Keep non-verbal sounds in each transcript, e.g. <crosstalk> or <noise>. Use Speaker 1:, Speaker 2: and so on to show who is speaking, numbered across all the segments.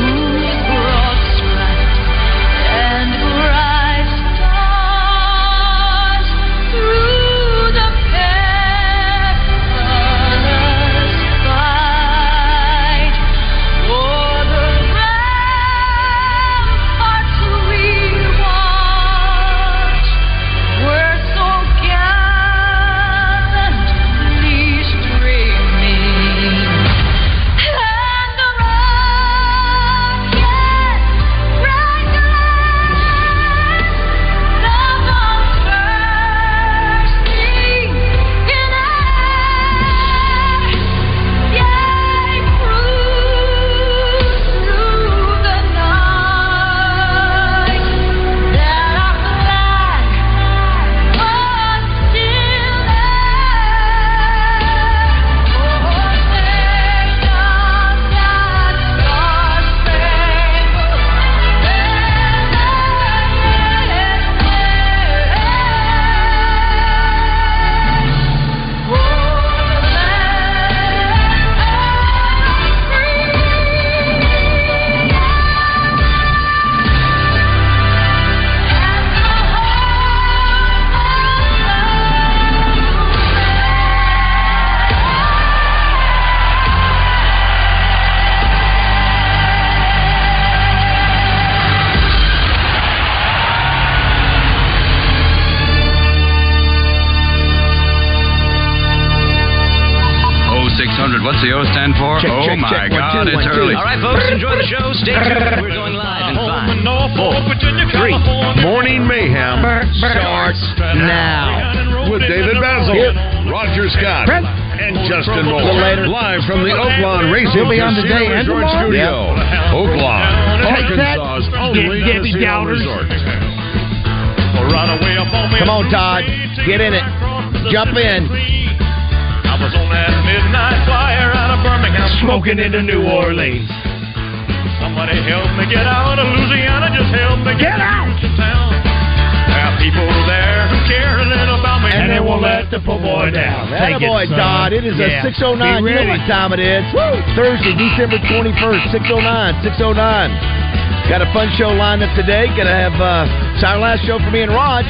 Speaker 1: Whose broad stripes and bright stars through the perilous fight o'er the ramparts we watched were so gallantly streaming, and the rocket red glare of all bursting in air Yea, through the night, that our flag was still
Speaker 2: Oh, 0600. What's the O stand for?
Speaker 3: Check,
Speaker 2: oh,
Speaker 3: check,
Speaker 2: my
Speaker 3: check. One,
Speaker 2: God,
Speaker 3: two,
Speaker 2: it's
Speaker 3: one, two.
Speaker 2: early.
Speaker 3: All right,
Speaker 2: <laughs>
Speaker 4: folks, enjoy the show. Stay tuned. We're going live in five, four, three.
Speaker 5: Morning Mayhem starts now with David Basil, Roger Scott, and Justin Moore.
Speaker 3: little later.
Speaker 5: Live from the Oaklawn Racing
Speaker 3: We'll be on today
Speaker 5: Casino
Speaker 3: and
Speaker 5: Resort
Speaker 3: tomorrow.
Speaker 5: Studio.
Speaker 3: Yep.
Speaker 5: Oaklawn,
Speaker 3: Take that,
Speaker 5: Arkansas's only
Speaker 3: Debbie
Speaker 5: casino
Speaker 3: Downers.
Speaker 5: resort.
Speaker 3: Come on, Todd. Get in it. Jump in.
Speaker 4: I was on that midnight flyer out of Birmingham, smoking into New Orleans. Somebody help me get out of Louisiana, just help me get, out of town. There are people there who care a little about me, and, they won't let the poor boy down.
Speaker 3: That boy, Todd. It is
Speaker 4: Yeah.
Speaker 3: a 609.
Speaker 4: Be
Speaker 3: You know
Speaker 4: ready.
Speaker 3: what time it is. Thursday, December oh 21st, 609, 609. Got a fun show lined up today. Gonna have uh, it's our last show for me and Raj.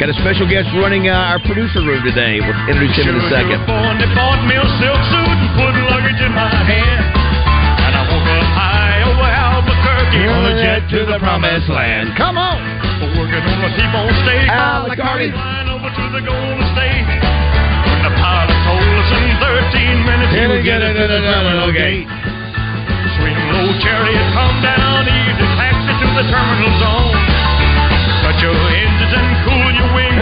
Speaker 3: Got a special guest running uh, our producer room today. We'll introduce him in a second.
Speaker 4: Born, they bought me a silk suit and put luggage in my hand. And I woke up high over Albuquerque on a jet to the promised land.
Speaker 3: Come on!
Speaker 4: Working on a T-bone steak.
Speaker 3: Alicardi.
Speaker 4: Flying over to the Golden State. When the pilot told us in 13 minutes
Speaker 3: Here we
Speaker 4: you get
Speaker 3: go.
Speaker 4: it to the terminal gate. Sweet little chariot, come down easy, taxi to the terminal zone. Cut your engines and cool your wings.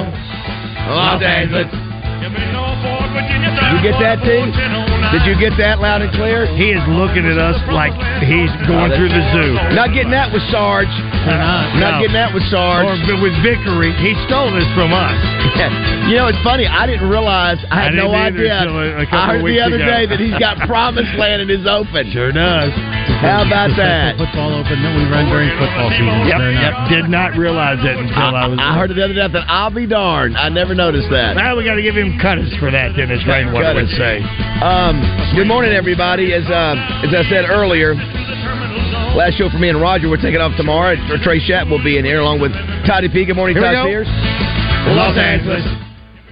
Speaker 3: Los Angeles.
Speaker 4: You
Speaker 3: You get that, T? Did you get that loud and clear?
Speaker 6: He is looking at us like he's going through the zoo.
Speaker 3: Not getting that with Sarge.
Speaker 6: not.
Speaker 3: Not
Speaker 6: No.
Speaker 3: getting that with Sarge.
Speaker 6: Or but with Vickery, he stole this from us.
Speaker 3: <laughs> you know, it's funny. I didn't realize. I
Speaker 6: I
Speaker 3: had
Speaker 6: didn't
Speaker 3: no
Speaker 6: either
Speaker 3: idea.
Speaker 6: till a- a couple
Speaker 3: I heard
Speaker 6: of
Speaker 3: the
Speaker 6: weeks
Speaker 3: other
Speaker 6: ago.
Speaker 3: day that he's
Speaker 6: <laughs>
Speaker 3: got Promised Land in his open. Sure does. How about that?
Speaker 6: Football open that we run during football season. Yep, yep. Did not realize it until I, was.
Speaker 3: I heard it the other day. I thought, I'll be darned. I never noticed that.
Speaker 6: Now we got to give him Cuttis for that, Dennis Rainwater
Speaker 3: Cut
Speaker 6: would
Speaker 3: us.
Speaker 6: say.
Speaker 3: Um, good morning, everybody. As uh, as I said earlier, last show for me and Roger. We're taking off tomorrow. Trey Shat will be in here along with Toddy P. Good morning,
Speaker 6: Here we
Speaker 3: Todd
Speaker 6: go.
Speaker 3: Pierce. Los Angeles.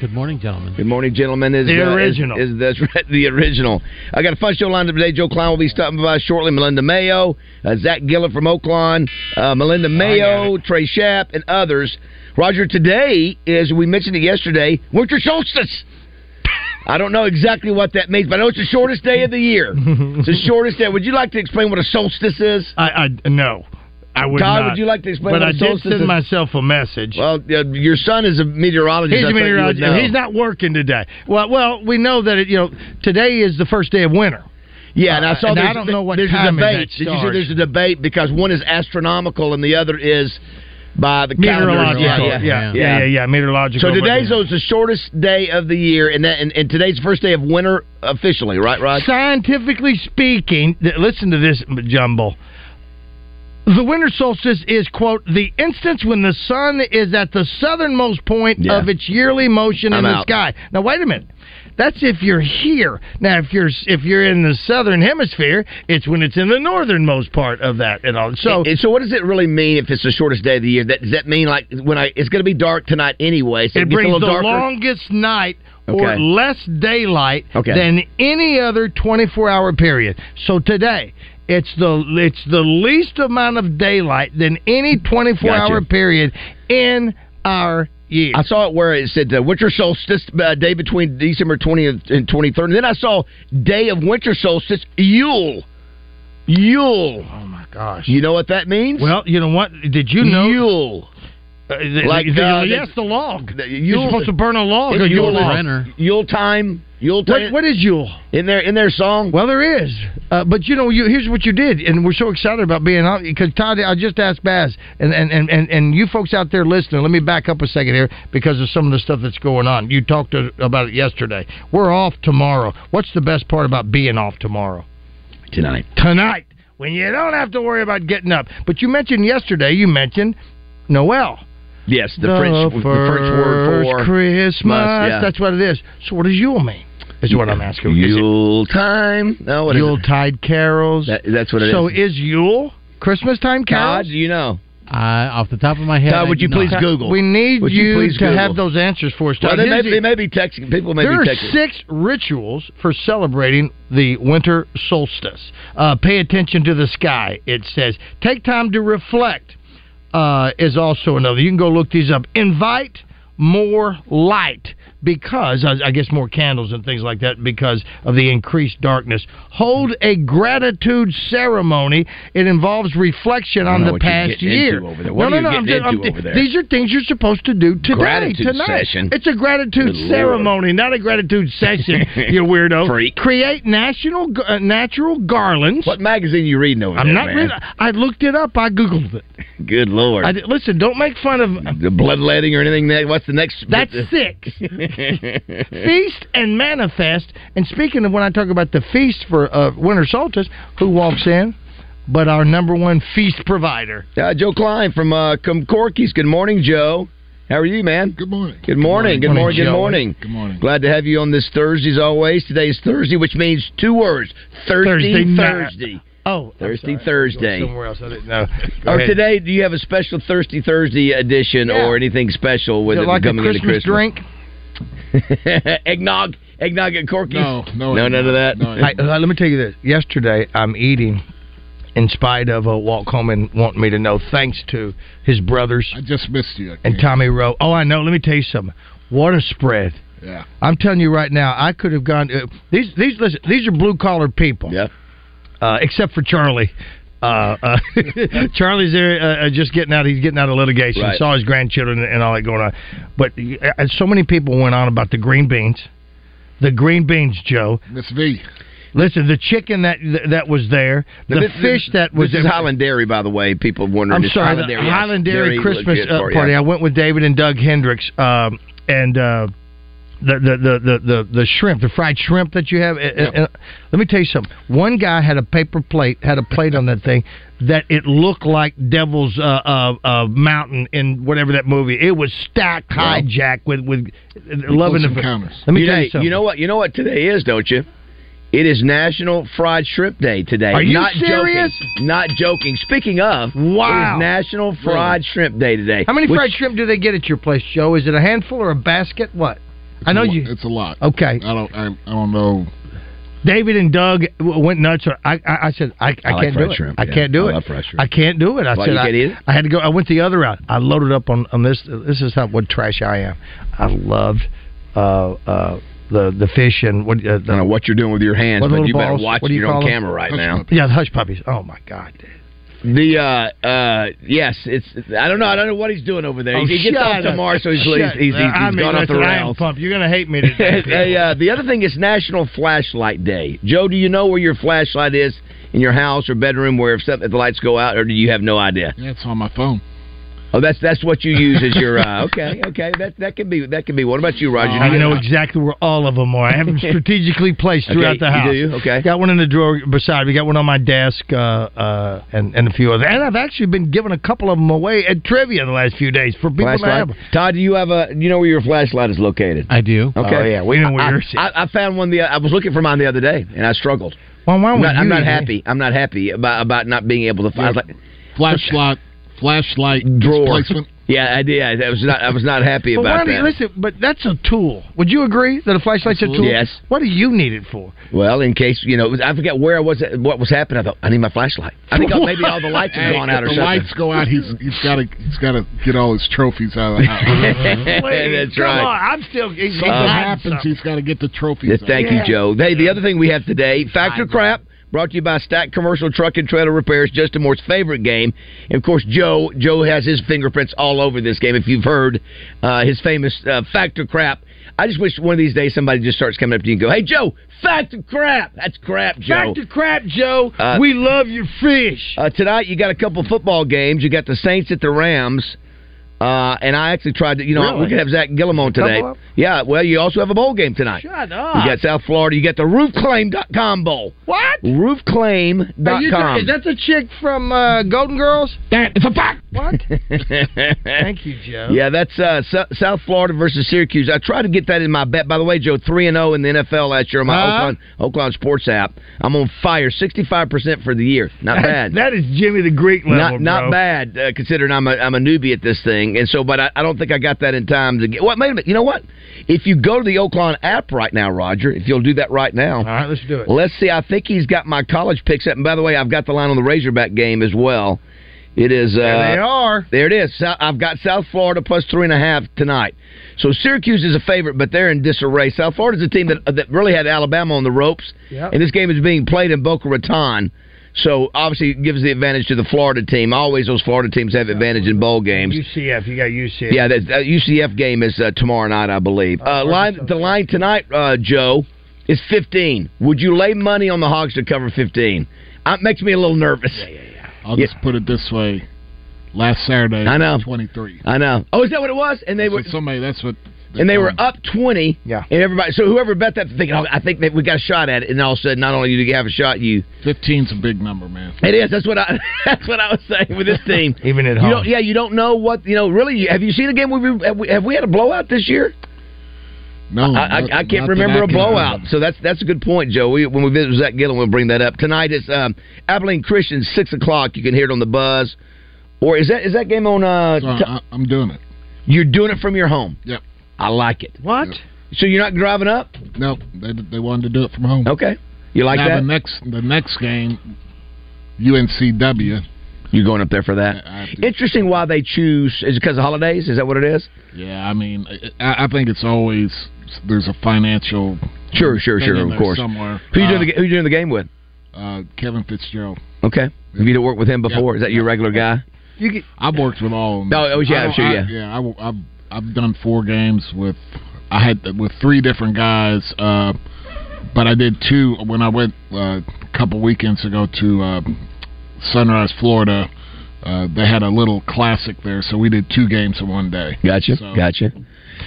Speaker 7: Good morning, gentlemen.
Speaker 3: Good morning, gentlemen. Is
Speaker 7: The
Speaker 3: uh, is-
Speaker 7: original.
Speaker 3: is, that's right, the <laughs> original? I got a fun show lined up today. Joe Klein will be stopping by shortly. Melinda Mayo, uh, Zach Gillett from Oakland, uh, Melinda Mayo, Trey Shapp, and others. Roger, today is we mentioned it yesterday. Winter solstice. I don't know exactly what that means, but I know it's the shortest day of
Speaker 6: <laughs>
Speaker 3: the year. it's the shortest day. Would you like to explain what a solstice is?
Speaker 6: I, I no. I would
Speaker 3: Todd,
Speaker 6: not.
Speaker 3: would you like to explain
Speaker 6: But
Speaker 3: what
Speaker 6: I
Speaker 3: a
Speaker 6: did
Speaker 3: solstice
Speaker 6: send
Speaker 3: is?
Speaker 6: myself a message.
Speaker 3: Well, uh, your son is a meteorologist.
Speaker 6: He's
Speaker 3: I
Speaker 6: a
Speaker 3: thought you would
Speaker 6: meteorologist.
Speaker 3: know.
Speaker 6: He's not working today. Well, well, we know that it, you know today is the first day of winter.
Speaker 3: Yeah, and I
Speaker 6: Uh,
Speaker 3: saw
Speaker 6: and I
Speaker 3: there's,
Speaker 6: don't know what
Speaker 3: there's a
Speaker 6: time it
Speaker 3: debate.
Speaker 6: that
Speaker 3: Did you see
Speaker 6: starts.
Speaker 3: there's a debate because one is astronomical and the other is by the
Speaker 6: Meteorological.
Speaker 3: calendar.
Speaker 6: Yeah, yeah, yeah, yeah, Meteorological.
Speaker 3: So
Speaker 6: but
Speaker 3: today's though, is the shortest day of the year, and that and, and today's the first day of winter officially, right, Rod?
Speaker 6: Scientifically speaking, th- listen to this jumble. The winter solstice is, quote, the instance when the sun is at the southernmost point
Speaker 3: Yeah.
Speaker 6: of its yearly motion
Speaker 3: I'm
Speaker 6: in the
Speaker 3: out.
Speaker 6: sky. Now, wait a minute. That's if you're here. Now, if you're if you're in the southern hemisphere, it's when it's in the northernmost part of that and all. So,
Speaker 3: And, and Eh, so, what does it really mean if it's the shortest day of the year? That, does that mean like when I it's going to be dark tonight anyway? So it,
Speaker 6: it
Speaker 3: gets a
Speaker 6: brings the
Speaker 3: little darker.
Speaker 6: longest night or
Speaker 3: Okay.
Speaker 6: less daylight
Speaker 3: Okay.
Speaker 6: than any other 24-hour period. So today, it's the it's the least amount of daylight than any 24-hour
Speaker 3: Gotcha.
Speaker 6: period in our year.
Speaker 3: I saw it where it said uh, winter solstice uh, day between December 20th and 23rd. And then I saw day of winter solstice Yule. Yule.
Speaker 6: Oh my gosh.
Speaker 3: You know what that means?
Speaker 6: Well, you know what? Did you know?
Speaker 3: Yule.
Speaker 6: Uh, th-
Speaker 3: Like,
Speaker 6: th-
Speaker 3: uh,
Speaker 6: yes,
Speaker 3: that-
Speaker 6: the log.
Speaker 3: that
Speaker 6: You're
Speaker 3: Yule-
Speaker 6: supposed to burn a log.
Speaker 3: It's
Speaker 6: or Yule
Speaker 3: Yule
Speaker 6: log.
Speaker 7: Brenner.
Speaker 3: Yule time. Yule
Speaker 6: What,
Speaker 3: time.
Speaker 6: what is Yule?
Speaker 3: In their in their song.
Speaker 6: Well, there is, uh, but you know, you, here's what you did, and we're so excited about being on because Todd, I just asked Baz, and and, and, and and you folks out there listening, let me back up a second here because of some of the stuff that's going on. You talked to, about it yesterday. We're off tomorrow. What's the best part about being off tomorrow?
Speaker 3: Tonight.
Speaker 6: Tonight, when you don't have to worry about getting up. But you mentioned yesterday. You mentioned Noel.
Speaker 3: Yes, the, French the French word
Speaker 6: first
Speaker 3: for
Speaker 6: Christmas.
Speaker 3: yeah.
Speaker 6: That's what it is. So, what does Yule mean? Is what I'm asking. Is it
Speaker 3: Yule time. No, what is it?
Speaker 6: Yuletide carols.
Speaker 3: That, that's what it is.
Speaker 6: so is Yule Christmas time carols?
Speaker 3: Todd, do you know?
Speaker 7: I, Uh, off the top of my head,
Speaker 3: Todd,
Speaker 7: I
Speaker 3: would
Speaker 7: do
Speaker 3: you
Speaker 7: not.
Speaker 3: please Google?
Speaker 6: We need
Speaker 3: Would you
Speaker 6: you,
Speaker 3: please
Speaker 6: to
Speaker 3: Google?
Speaker 6: have those answers for us.
Speaker 3: Well,
Speaker 6: Todd.
Speaker 3: they, may,
Speaker 6: Here's the-
Speaker 3: they may be texting. People may
Speaker 6: there
Speaker 3: be
Speaker 6: are
Speaker 3: texting.
Speaker 6: six rituals for celebrating the winter solstice. Uh, pay attention to the sky. It says take time to reflect. Uh, is also another. You can go look these up. Invite more light because I, I guess more candles and things like that because of the increased darkness. Hold a gratitude ceremony. It involves reflection on
Speaker 3: know
Speaker 6: the
Speaker 3: what you're
Speaker 6: past
Speaker 3: getting
Speaker 6: year.
Speaker 3: into over there. What
Speaker 6: no,
Speaker 3: are
Speaker 6: no,
Speaker 3: you
Speaker 6: no. I'm
Speaker 3: getting
Speaker 6: just, I'm ju-
Speaker 3: into over there?
Speaker 6: These are things you're supposed to do today,
Speaker 3: Gratitude
Speaker 6: tonight.
Speaker 3: session.
Speaker 6: It's a gratitude
Speaker 3: Good
Speaker 6: ceremony, not a gratitude
Speaker 3: <laughs>
Speaker 6: session. you weirdo.
Speaker 3: Freak.
Speaker 6: Create national g- uh, natural garlands.
Speaker 3: What magazine you reading over
Speaker 6: I'm
Speaker 3: there,
Speaker 6: not.
Speaker 3: man?
Speaker 6: Really, I looked it up. I googled it.
Speaker 3: Good lord.
Speaker 6: I did- listen, don't make fun of.
Speaker 3: the bloodletting or anything. That what's the next?
Speaker 6: That's six.
Speaker 3: <laughs>
Speaker 6: feast and manifest. And speaking of when I talk about the feast for uh, winter solstice, who walks in? But our number one feast provider.
Speaker 3: uh, Joe Klein from uh, Corky's. Good morning, Joe. How are you, man?
Speaker 8: Good morning.
Speaker 3: Good morning. Good morning.
Speaker 6: Morning,
Speaker 3: Good
Speaker 6: Joe.
Speaker 3: morning.
Speaker 8: Good morning.
Speaker 3: Glad to have you on this Thursday, as always. Today is Thursday, which means two words: Thursday,
Speaker 6: Thursday night.
Speaker 3: Thursday,
Speaker 6: Oh, I'm
Speaker 3: Thursday,
Speaker 6: sorry.
Speaker 3: Thursday.
Speaker 6: Somewhere else. I didn't know. Go
Speaker 3: Or
Speaker 6: ahead.
Speaker 3: today, do you have a special Thirsty Thursday edition
Speaker 6: Yeah.
Speaker 3: or anything special with
Speaker 6: Is it
Speaker 3: it
Speaker 6: like a
Speaker 3: coming
Speaker 6: Christmas,
Speaker 3: into Christmas?
Speaker 6: drink?
Speaker 3: <laughs> eggnog, eggnog at Corky's.
Speaker 8: No, no,
Speaker 3: no, none of that.
Speaker 8: No,
Speaker 6: I, uh, let me tell you this. Yesterday, I'm eating, in spite of uh, Walt Coleman wanting me to know, thanks to his brothers
Speaker 8: I just missed you. I
Speaker 6: and
Speaker 8: can't-
Speaker 6: Tommy Rowe. Oh, I know. Let me tell you something. What a spread!
Speaker 8: Yeah.
Speaker 6: I'm telling you right now, I could have gone. Uh, these these listen, these are blue collar people.
Speaker 3: Yeah.
Speaker 6: Uh, except for Charlie. Uh, uh, <laughs> Charlie's there uh, uh, just getting out. He's getting out of litigation.
Speaker 3: Right.
Speaker 6: Saw his grandchildren and all that going on. But uh, so many people went on about the green beans. The green beans, Joe.
Speaker 8: Miss V.
Speaker 6: Listen, the chicken that that was there, the
Speaker 3: This-
Speaker 6: fish that was
Speaker 3: this is Highland Dairy, by the way. People wondering.
Speaker 6: I'm
Speaker 3: It's
Speaker 6: sorry,
Speaker 3: Highland Dairy,
Speaker 6: the
Speaker 3: yes.
Speaker 6: Highland Dairy,
Speaker 3: Dairy
Speaker 6: Christmas
Speaker 3: legit
Speaker 6: uh,
Speaker 3: part,
Speaker 6: party.
Speaker 3: yeah.
Speaker 6: I went with David and Doug Hendricks, um, and uh, the, the, the the the the shrimp, the fried shrimp that you have. uh, uh, uh, let me tell you something. One guy had a paper plate, had a plate on that thing that it looked like Devil's uh, uh, uh, Mountain in whatever that movie. It was stacked high, Jack, with with loving
Speaker 8: Close
Speaker 6: the.
Speaker 8: Encounters.
Speaker 6: Let me
Speaker 3: You
Speaker 6: tell
Speaker 3: know,
Speaker 6: you something.
Speaker 3: you know what? You know what today is, don't you? It is National Fried Shrimp Day today.
Speaker 6: Are you
Speaker 3: Not joking.
Speaker 6: serious?
Speaker 3: Not joking. Speaking of,
Speaker 6: Wow.
Speaker 3: it is National Fried Shrimp Day today.
Speaker 6: How many
Speaker 3: which-
Speaker 6: fried shrimp do they get at your place, Joe? Is it a handful or a basket? What? I know you.
Speaker 8: It's a lot.
Speaker 6: Okay.
Speaker 8: I don't. I, I don't know.
Speaker 6: David and Doug w- went nuts. on- I I, I said I, I,
Speaker 8: like
Speaker 6: can't
Speaker 8: fried
Speaker 6: do it.
Speaker 8: shrimp,
Speaker 6: I
Speaker 8: yeah.
Speaker 6: can't do
Speaker 8: I
Speaker 6: it.
Speaker 8: love fried shrimp.
Speaker 6: I can't do it. I
Speaker 8: Well,
Speaker 6: said
Speaker 8: you
Speaker 6: I,
Speaker 8: can't eat it?
Speaker 6: I had to go. I went the other route. I loaded up on on this. This is how what trash I am. I loved uh, uh, the the fish and what. Uh, the, I don't
Speaker 3: know what you're doing with your hands,
Speaker 6: what
Speaker 3: but
Speaker 6: little
Speaker 3: you better
Speaker 6: balls?
Speaker 3: watch
Speaker 6: What do you
Speaker 3: it on
Speaker 6: call 'em?
Speaker 3: camera right
Speaker 6: Hush
Speaker 3: now.
Speaker 6: puppies. Yeah, the hush puppies. Oh my god.
Speaker 3: The uh uh yes, it's I don't know I don't know what he's doing over there.
Speaker 6: Oh,
Speaker 3: he gets
Speaker 6: shut
Speaker 3: off
Speaker 6: up.
Speaker 3: tomorrow, so he's
Speaker 6: Shut-
Speaker 3: he's, he's, he's,
Speaker 6: I
Speaker 3: he's
Speaker 6: mean,
Speaker 3: gone off the
Speaker 6: listen, I am
Speaker 3: rails.
Speaker 6: pumped. You're gonna
Speaker 8: <laughs>
Speaker 6: hate me today.
Speaker 3: <laughs> hey, uh, the other thing is National Flashlight Day. Joe, do you know where your flashlight is in your house or bedroom? Where if, something, if the lights go out, or do you have no idea?
Speaker 8: Yeah, it's on my phone.
Speaker 3: Oh, that's <laughs> that's what you use as your uh, okay okay that that could be that could be. What about you, Roger? Do
Speaker 6: Uh, I
Speaker 3: you
Speaker 6: know
Speaker 3: have-
Speaker 6: exactly where all of them are. I have
Speaker 3: <laughs>
Speaker 6: them strategically placed
Speaker 3: Okay,
Speaker 6: throughout the
Speaker 3: you
Speaker 6: house.
Speaker 3: do? Okay.
Speaker 6: Got one in the drawer beside me. Got one on my desk, uh, uh, and and a few other. And I've actually been giving a couple of them away at trivia the last few days for people that
Speaker 3: Flashlight?
Speaker 6: have. 'em.
Speaker 3: Todd, do you have a? Do you know where your flashlight is located?
Speaker 7: I do.
Speaker 3: Okay.
Speaker 6: Oh, yeah, we know where
Speaker 3: I,
Speaker 6: yours is.
Speaker 3: I, I found one the I was looking for mine the other day and I struggled.
Speaker 6: Well, why
Speaker 3: I'm
Speaker 6: would
Speaker 3: not, I'm
Speaker 6: you
Speaker 3: not
Speaker 6: even-
Speaker 3: happy. I'm not happy about about not being able to find. I was like,
Speaker 8: Flashlight. Flashlight
Speaker 3: drawer.
Speaker 8: displacement.
Speaker 3: <laughs> Yeah, I did. I was not. I was not happy
Speaker 6: But why
Speaker 3: about
Speaker 6: do you,
Speaker 3: that.
Speaker 6: listen, but that's a tool. Would you agree that a flashlight's a tool?
Speaker 3: Yes.
Speaker 6: What do you need it
Speaker 3: <laughs>
Speaker 6: for?
Speaker 3: Well, in case you know, it was- I forget where I was. at- What was happening? I thought I need my flashlight. I think
Speaker 8: What?
Speaker 3: maybe all the lights
Speaker 8: Hey,
Speaker 3: have gone out or
Speaker 8: if the
Speaker 3: something.
Speaker 8: lights go out. He's he's got to he's got to get all his trophies out of the house.
Speaker 3: <laughs> That's
Speaker 6: Come
Speaker 3: right. Uh,
Speaker 6: on, I'm still. he's- he's
Speaker 8: Something
Speaker 6: hiding
Speaker 8: happens.
Speaker 6: something.
Speaker 8: He's got to get the trophies.
Speaker 3: Yeah,
Speaker 8: out.
Speaker 3: thank you, Joe. Hey, the other thing we have today, Factor Crap, brought to you by Stack Commercial Truck and Trailer Repairs, Justin Moore's favorite game. And of course, Joe. Joe has his fingerprints all over this game. If you've heard uh, his famous uh, Factor Crap, I just wish one of these days somebody just starts coming up to you and go, "Hey, Joe, Factor Crap." That's crap, Joe.
Speaker 6: Back to crap, Joe.
Speaker 3: Uh,
Speaker 6: we love your fish.
Speaker 3: Uh, tonight you got a couple football games. You got the Saints at the Rams. Uh, and I actually tried to, you know,
Speaker 6: Really?
Speaker 3: we could have Zach Gillum on
Speaker 6: couple
Speaker 3: today.
Speaker 6: of 'em?
Speaker 3: Yeah, well, you also have a bowl game tonight.
Speaker 6: Shut
Speaker 3: You
Speaker 6: up.
Speaker 3: got South Florida. You got the roofclaim.com bowl.
Speaker 6: what? Are you
Speaker 3: Roofclaim.com.
Speaker 6: is that the chick from uh, Golden Girls?
Speaker 8: That is a fact.
Speaker 3: <laughs>
Speaker 6: What? Thank you, Joe.
Speaker 3: yeah, that's uh, so- South Florida versus Syracuse. I tried to get that in my bet. By the way, Joe, 3 and 0 in the NFL last year on my
Speaker 6: Huh?
Speaker 3: Oakland, Oakland Sports app. I'm on fire 65% for the year. Not bad.
Speaker 6: that is Jimmy the Greek level,
Speaker 3: not not
Speaker 6: bro.
Speaker 3: bad uh, considering I'm a I'm a newbie at this thing, and so but I, I don't think I got that in time to get. What wait a minute, you know what? If you go to the Oakland app right now, Roger, if you'll do that right now,
Speaker 6: All right, let's do it.
Speaker 3: let's see. I think he's got my college picks up. And by the way, I've got the line on the Razorback game as well. It is uh,
Speaker 6: there they are.
Speaker 3: there it is. Sou- I've got South Florida plus three and a half tonight. So Syracuse is a favorite, but they're in disarray. South Florida's a team that uh, that really had Alabama on the ropes,
Speaker 6: Yep.
Speaker 3: and this game is being played in Boca Raton. So obviously, it gives the advantage to the Florida team. Always, those Florida teams have advantage in bowl games.
Speaker 6: UCF, you got UCF.
Speaker 3: Yeah, that, that UCF game is uh, tomorrow night, I believe. Uh, line the line tonight, uh, Joe, is fifteen. Would you lay money on the Hogs to cover fifteen? Uh, It makes me a little nervous.
Speaker 8: I'll just put it this way. Last Saturday,
Speaker 3: I know.
Speaker 8: twenty three.
Speaker 3: I know. Oh, is that what it was? And they were
Speaker 8: somebody. That's what.
Speaker 3: and they were up twenty.
Speaker 6: Yeah.
Speaker 3: And everybody, so whoever bet that, thinking, oh, I think that we got a shot at it, and all of a sudden, not only do you have a shot, you
Speaker 8: Fifteen's a big number, man.
Speaker 3: it is. That's what I. <laughs> That's what I was saying with this team.
Speaker 6: <laughs> Even at
Speaker 3: You don't,
Speaker 6: home.
Speaker 3: yeah, you don't know what you know. Really, you- have you seen a game? We've, have we have we had a blowout this year?
Speaker 8: No,
Speaker 3: I, I,
Speaker 8: not-
Speaker 3: I
Speaker 8: not
Speaker 3: can't
Speaker 8: that
Speaker 3: remember
Speaker 8: I
Speaker 3: a
Speaker 8: can
Speaker 3: blowout.
Speaker 8: remember.
Speaker 3: So that's that's a good point, Joe. We, when we visit with Zach Gillen, we'll bring that up tonight. It's um, Abilene Christian six o'clock. You can hear it on the buzz, or is that is that game on? Uh,
Speaker 8: So
Speaker 3: t-
Speaker 8: I, I'm doing it.
Speaker 3: you're doing it from your home.
Speaker 8: Yep.
Speaker 3: I like it.
Speaker 6: What?
Speaker 3: So you're not driving up?
Speaker 8: No, they they wanted to do it from home.
Speaker 3: Okay. You like
Speaker 8: now
Speaker 3: that?
Speaker 8: the next the next game, UNCW.
Speaker 3: You're going up there for that.
Speaker 8: I have to-
Speaker 3: Interesting why they choose. Is it because of holidays? Is that what it is?
Speaker 8: Yeah, I mean, I, I think it's always there's a financial
Speaker 3: Sure, sure,
Speaker 8: thing
Speaker 3: sure,
Speaker 8: in
Speaker 3: of
Speaker 8: there
Speaker 3: course.
Speaker 8: somewhere.
Speaker 3: Who you
Speaker 8: uh,
Speaker 3: doing? The, who you doing the game with?
Speaker 8: uh, Kevin Fitzgerald.
Speaker 3: Okay. Have you worked with him before? Is that your regular guy?
Speaker 6: You get,
Speaker 8: I've worked with all. Of them.
Speaker 3: No, oh, yeah,
Speaker 8: I don't-
Speaker 3: sure,
Speaker 8: I-
Speaker 3: yeah.
Speaker 8: yeah. I, have I've done four games with I had with three different guys, uh, but I did two when I went uh, a couple weekends ago to uh, Sunrise, Florida. Uh, they had a little classic there, so we did two games in one day.
Speaker 3: Gotcha.
Speaker 8: So-
Speaker 3: Gotcha.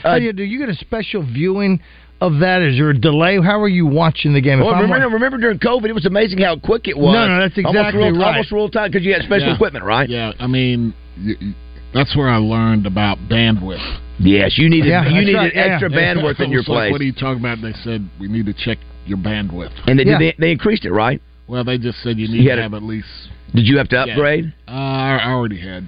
Speaker 3: Uh,
Speaker 6: how do you do? You get a special viewing of that? Is there a delay? How are you watching the game? If
Speaker 3: Well,
Speaker 6: I'm
Speaker 3: Oh, remember,
Speaker 6: wa-
Speaker 3: remember during COVID, it was amazing how quick it was.
Speaker 6: No, no, that's
Speaker 3: almost
Speaker 6: exactly
Speaker 3: real,
Speaker 6: right.
Speaker 3: Almost real time because you had special
Speaker 8: Yeah.
Speaker 3: equipment, right?
Speaker 8: Yeah, I mean, y y that's where I learned about bandwidth.
Speaker 3: Yes, you needed
Speaker 6: Yeah,
Speaker 3: you
Speaker 6: that's
Speaker 3: needed
Speaker 6: right, yeah.
Speaker 3: extra bandwidth in
Speaker 8: It <laughs>
Speaker 3: your
Speaker 8: was like,
Speaker 3: place.
Speaker 8: what are you talking about? They said we need to check your bandwidth.
Speaker 3: And they, did they they increased it, right?
Speaker 8: Well, they just said you
Speaker 3: You
Speaker 8: need
Speaker 3: had
Speaker 8: to
Speaker 3: a-
Speaker 8: have at least.
Speaker 3: Did you have to
Speaker 8: Yeah.
Speaker 3: upgrade?
Speaker 8: Uh, I I already had.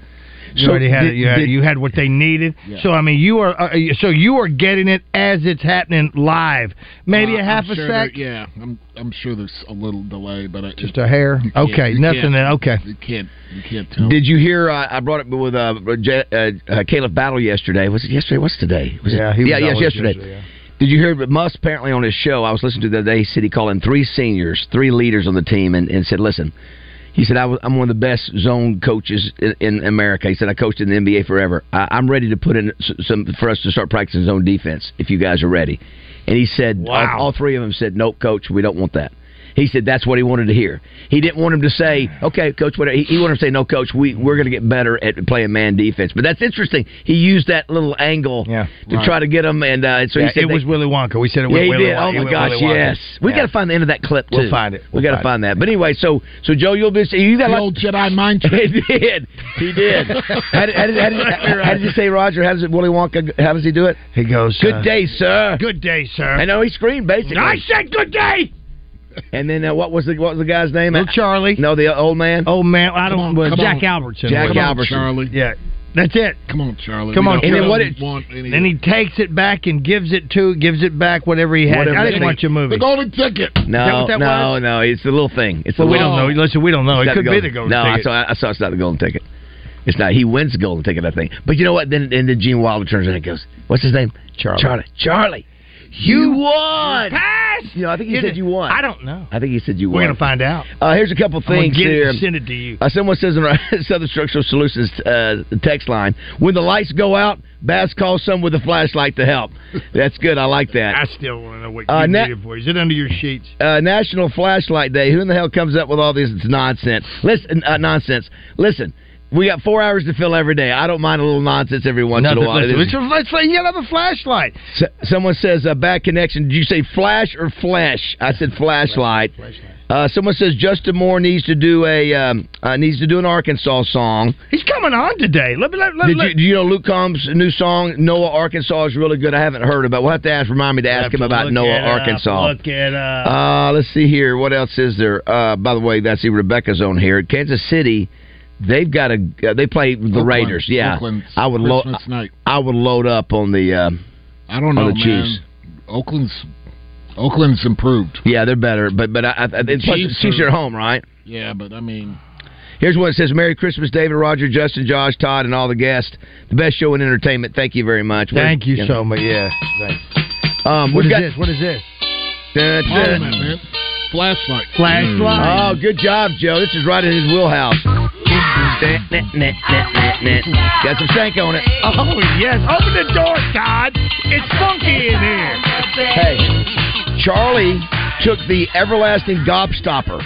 Speaker 6: You already had it. You had, you had what they needed.
Speaker 8: Yeah.
Speaker 6: So I mean, you are uh, so you are getting it as it's happening live. Maybe
Speaker 8: Uh,
Speaker 6: a
Speaker 8: I'm
Speaker 6: half a
Speaker 8: sure
Speaker 6: sec.
Speaker 8: there- Yeah, I'm I'm sure there's a little delay, but I,
Speaker 6: Just a hair.
Speaker 8: you can't-
Speaker 6: Okay,
Speaker 8: you
Speaker 6: nothing.
Speaker 8: can't-
Speaker 6: Then okay.
Speaker 8: You can't you can't tell.
Speaker 3: Did you hear? Uh, I brought it with uh, J- uh, uh, Caleb Battle yesterday. Was it yesterday? What's today? Was
Speaker 6: Yeah,
Speaker 3: it?
Speaker 6: he was
Speaker 3: yeah, yes,
Speaker 6: on
Speaker 3: yesterday. Did you hear? But Musk apparently on his show, I was listening to the other day. He said he called in three seniors, three leaders on the team, and, and said, "Listen." He said, I was, "I'm one of the best zone coaches in, in America." He said, "I coached in the NBA forever. I, I'm ready to put in s- some for us to start practicing zone defense if you guys are ready." And he said, all, all three of them said, "Nope, coach, we don't want that." He said that's what he wanted to hear. He didn't want him to say, "Okay, coach, whatever." He, he wanted him to say, "No, coach, we we're going to get better at playing man defense." But that's interesting. He used that little angle to
Speaker 6: Right.
Speaker 3: try to get him, and uh, so
Speaker 6: Yeah,
Speaker 3: he said
Speaker 6: it
Speaker 3: they-
Speaker 6: was Willy Wonka. We said it was
Speaker 3: yeah, he
Speaker 6: Willy
Speaker 3: did.
Speaker 6: Wonka.
Speaker 3: Oh
Speaker 6: It
Speaker 3: my
Speaker 6: was
Speaker 3: gosh,
Speaker 6: Willy Wonka.
Speaker 3: yes. We
Speaker 6: Yeah.
Speaker 3: got to find the end of that clip.
Speaker 6: We'll
Speaker 3: too.
Speaker 6: find it.
Speaker 3: we
Speaker 6: We'll
Speaker 3: got to
Speaker 6: find
Speaker 3: find that. But anyway, so so Joe, you'll be you got the old
Speaker 8: Jedi mind
Speaker 3: trick. <laughs>
Speaker 6: <laughs>
Speaker 3: he did. He did. how, did, how, did, how, did, how <laughs> did you say, Roger? How does it Willy Wonka? How does he do it?
Speaker 6: He goes,
Speaker 3: "Good
Speaker 6: uh,
Speaker 3: day, sir."
Speaker 6: Good day, sir.
Speaker 3: I know he screamed basically.
Speaker 6: I said good day.
Speaker 3: And then uh, what was the what was the guy's name?
Speaker 6: Little Charlie.
Speaker 3: No, the old man.
Speaker 6: Old man. I don't.
Speaker 3: Come on,
Speaker 6: well,
Speaker 3: come
Speaker 6: Jack
Speaker 3: on.
Speaker 6: Albertson.
Speaker 3: Jack
Speaker 6: Come on,
Speaker 3: Albertson.
Speaker 8: Charlie.
Speaker 6: Yeah. That's it.
Speaker 8: Come on, Charlie.
Speaker 6: Come
Speaker 8: We
Speaker 6: on.
Speaker 8: don't-
Speaker 6: And then
Speaker 8: we
Speaker 6: what
Speaker 8: don't
Speaker 6: it-
Speaker 8: want any-
Speaker 6: Then he takes it back and gives it to gives it back whatever he had.
Speaker 3: Whatever
Speaker 6: I
Speaker 3: that
Speaker 6: didn't
Speaker 3: thing-
Speaker 6: watch a movie.
Speaker 8: the golden ticket.
Speaker 6: Is that
Speaker 3: No,
Speaker 6: what that
Speaker 3: no,
Speaker 6: was?
Speaker 3: no. It's the little thing. It's
Speaker 6: Well,
Speaker 3: the
Speaker 6: we
Speaker 3: little-
Speaker 6: don't know. Listen, we don't know.
Speaker 3: It's
Speaker 6: It
Speaker 3: not
Speaker 6: could be the golden
Speaker 3: no, I
Speaker 6: ticket.
Speaker 3: saw, I saw it's not the golden ticket. It's not. He wins the golden ticket, I think. But you know what? Then and then Gene Wilder turns in and goes, "What's his name? Charlie. Charlie. Charlie. You, won.
Speaker 6: Pass.
Speaker 3: You know, I think he said you won.
Speaker 6: I don't know.
Speaker 3: I think he said you
Speaker 6: We're
Speaker 3: won.
Speaker 6: gonna find out.
Speaker 3: Uh, here's a couple
Speaker 6: I'm gonna
Speaker 3: things
Speaker 6: get it
Speaker 3: here.
Speaker 6: and send it to you.
Speaker 3: Uh, someone says in our <laughs> Southern Structural Solutions uh, text line, when the lights go out, Bass calls someone with a flashlight to help. That's good. I like that.
Speaker 6: I still want to know what
Speaker 3: Uh,
Speaker 6: you
Speaker 3: Na-
Speaker 6: needed for. Is it under your sheets?
Speaker 3: uh, National Flashlight Day. Who in the hell comes up with all this nonsense? Listen, uh, nonsense. Listen, we got four hours to fill every day. I don't mind a little nonsense every once in a
Speaker 6: Nothing-
Speaker 3: while.
Speaker 6: listen,
Speaker 3: It is-
Speaker 6: it's a- let's say you got a flashlight.
Speaker 3: S- someone says a bad connection. Did you say flash or flash? I said flashlight. Uh, someone says Justin Moore needs to do a um, uh, needs to do an Arkansas song.
Speaker 6: He's coming on today. Let me let, let,
Speaker 3: Did
Speaker 6: let-
Speaker 3: you, do you know Luke Combs' new song Noah Arkansas is really good? I haven't heard about. it. We'll have to ask. Remind me to ask him about
Speaker 6: Look
Speaker 3: Noah
Speaker 6: it up,
Speaker 3: Arkansas.
Speaker 6: Look it up.
Speaker 3: Uh, let's see here. What else is there? Uh, by the way, that's see Rebecca's on here. Kansas City, they've got a. Uh, they play the Raiders. Yeah,
Speaker 8: Oakland's
Speaker 3: I would load.
Speaker 8: Christmas night.
Speaker 3: I would load up on the. um
Speaker 8: I don't know,
Speaker 3: on the Chiefs.
Speaker 8: man. Oakland's Oakland's improved.
Speaker 3: Yeah, they're better, but but I, I, it's Uh, plus the
Speaker 8: Chiefs
Speaker 3: Chiefs are
Speaker 8: are-
Speaker 3: at home, right?
Speaker 8: Yeah, but I mean,
Speaker 3: Here's one that says: "Merry Christmas, David, Roger, Justin, Josh, Todd, and all the guests. The best show in entertainment. Thank you very much. We're-
Speaker 6: Thank you so much. Yeah. Thanks.
Speaker 3: Um,
Speaker 6: What
Speaker 3: we've
Speaker 6: is
Speaker 3: got.
Speaker 6: this? What is this?
Speaker 3: Dun, dun.
Speaker 8: Parliament, man. Flashlight.
Speaker 6: Flashlight.
Speaker 3: Oh, good job, Joe. This is right in his wheelhouse. Got some shank on it.
Speaker 6: Oh yes. Open the door, Todd. It's funky in here.
Speaker 3: Hey, Charlie took the everlasting gobstopper.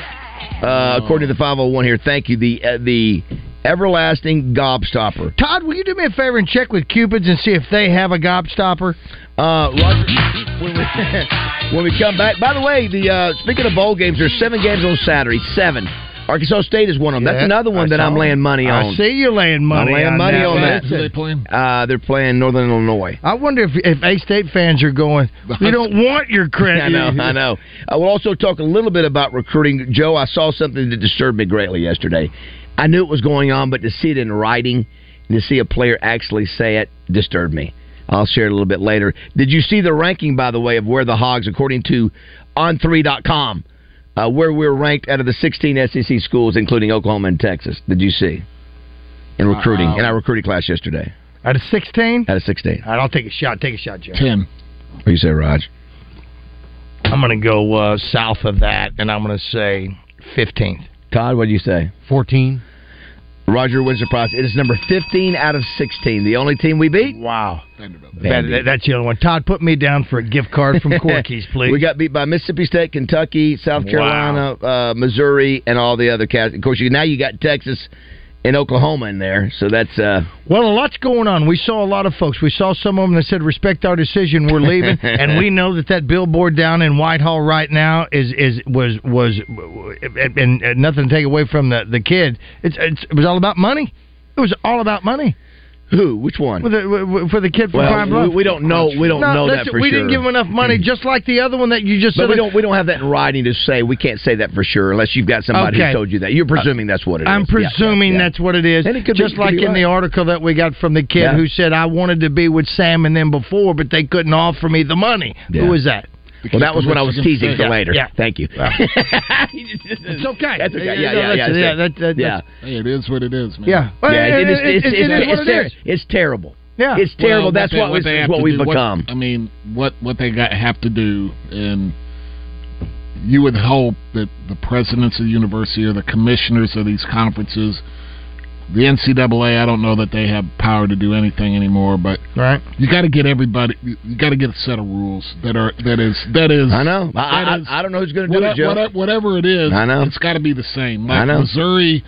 Speaker 3: Uh, according to the 501 here, thank you. The uh, the everlasting gobstopper.
Speaker 6: Todd, will you do me a favor and check with Cupid's and see if they have a gobstopper?
Speaker 3: Uh, Roger, when we, <laughs> when we come back, by the way, the uh, speaking of bowl games, there's seven games on Saturday. Seven. Arkansas State is one of them. That's
Speaker 6: Yeah,
Speaker 3: another one
Speaker 6: I
Speaker 3: that
Speaker 6: saw
Speaker 3: I'm
Speaker 6: it.
Speaker 3: laying money
Speaker 6: I
Speaker 3: on.
Speaker 6: see you laying money.
Speaker 3: I'm laying
Speaker 6: on
Speaker 3: money
Speaker 6: that.
Speaker 3: on that.
Speaker 8: Who they playing?
Speaker 3: Uh, they're playing Northern Illinois.
Speaker 6: I wonder if if A State fans are <laughs> going. We don't want
Speaker 3: <laughs>
Speaker 6: your credit.
Speaker 3: I know, I know. I will also talk a little bit about recruiting. Joe, I saw something that disturbed me greatly yesterday. I knew it was going on, but to see it in writing and to see a player actually say it disturbed me. I'll share it a little bit later. Did you see the ranking, by the way, of where the Hogs, according to on3.com, uh, where we're ranked out of the 16 SEC schools, including Oklahoma and Texas? Did you see? In recruiting, in our recruiting class yesterday,
Speaker 6: Out of sixteen.
Speaker 3: out of 16.
Speaker 6: All right, I'll take a shot. Take a shot, Joe.
Speaker 8: Ten.
Speaker 3: What do you say, Raj?
Speaker 6: I'm going to go uh, south of that, and I'm going to say 15th.
Speaker 3: Todd, what do you say?
Speaker 7: 14.
Speaker 3: Roger wins the prize. It is number 15 out of 16. The only team we beat?
Speaker 6: Wow.
Speaker 8: Vanderbilt.
Speaker 6: That, that- that's the other one. Todd, put me down for a gift card <laughs> from Corky's, please.
Speaker 3: We got beat by Mississippi State, Kentucky, South
Speaker 6: Wow.
Speaker 3: Carolina, uh, Missouri, and all the other cats. Of course, you, now you got Texas and Oklahoma in there, so that's uh,
Speaker 6: well, a lot's going on. We saw a lot of folks. We saw some of them that said, "Respect our decision. We're leaving."
Speaker 3: <laughs>
Speaker 6: and we know that that billboard down in Whitehall right now is is was was, and, and nothing to take away from the the kid. It's, it's it was all about money. It was all about money.
Speaker 3: Who? Which one?
Speaker 6: For the, for the kid from
Speaker 3: Well,
Speaker 6: Pine
Speaker 3: we-
Speaker 6: Bluff.
Speaker 3: we don't know- we don't
Speaker 6: No,
Speaker 3: know
Speaker 6: that's-
Speaker 3: that for
Speaker 6: we didn't
Speaker 3: sure.
Speaker 6: give him enough money, just like the other one that you just
Speaker 3: But
Speaker 6: said.
Speaker 3: we don't we don't have that in writing to say we can't say that for sure unless you've got somebody
Speaker 6: Okay.
Speaker 3: who told you that. You're presuming that's what it
Speaker 6: I'm
Speaker 3: is.
Speaker 6: presuming that's what it is.
Speaker 3: And it could be-
Speaker 6: just
Speaker 3: could
Speaker 6: like
Speaker 3: be
Speaker 6: in the article that we got from the kid
Speaker 3: Yeah.
Speaker 6: who said, I wanted to be with Sam and them before, but they couldn't offer me the money.
Speaker 3: Yeah.
Speaker 6: Who was that?
Speaker 3: Well, that was what I was teasing for
Speaker 6: Yeah,
Speaker 3: later. <laughs>
Speaker 6: Yeah.
Speaker 3: Thank you.
Speaker 6: It's okay.
Speaker 3: That's okay.
Speaker 6: no,
Speaker 3: Yeah, yeah,
Speaker 6: that's-
Speaker 3: yeah,
Speaker 6: yeah,
Speaker 3: yeah.
Speaker 6: that- that-
Speaker 3: Yeah.
Speaker 8: Hey, it is what it is, man.
Speaker 6: Yeah. Well,
Speaker 3: yeah,
Speaker 6: it-
Speaker 3: it is-
Speaker 6: it-
Speaker 3: it's,
Speaker 6: it-
Speaker 3: it's,
Speaker 6: it is
Speaker 3: it's,
Speaker 6: what it
Speaker 3: ter-
Speaker 6: is.
Speaker 3: it's terrible.
Speaker 6: Yeah.
Speaker 3: it's terrible.
Speaker 8: Well,
Speaker 3: That's
Speaker 8: they-
Speaker 3: what,
Speaker 8: they
Speaker 3: we,
Speaker 8: have
Speaker 3: what
Speaker 8: to
Speaker 3: we've
Speaker 8: do- what-
Speaker 3: become.
Speaker 8: I mean, what what they got have to do, and you would hope that the presidents of the university or the commissioners of these conferences, the NCAA, I don't know that they have power to do anything anymore, but
Speaker 6: right,
Speaker 8: you got to get everybody, you, got to get a set of rules that are that is that is.
Speaker 3: I know. I,
Speaker 8: that
Speaker 3: I,
Speaker 8: is-
Speaker 3: I don't know who's going to do
Speaker 8: Whatever,
Speaker 3: it, Joe.
Speaker 8: whatever, it is,
Speaker 3: I know.
Speaker 8: it's got to be the same. Like
Speaker 3: I know.
Speaker 8: Missouri,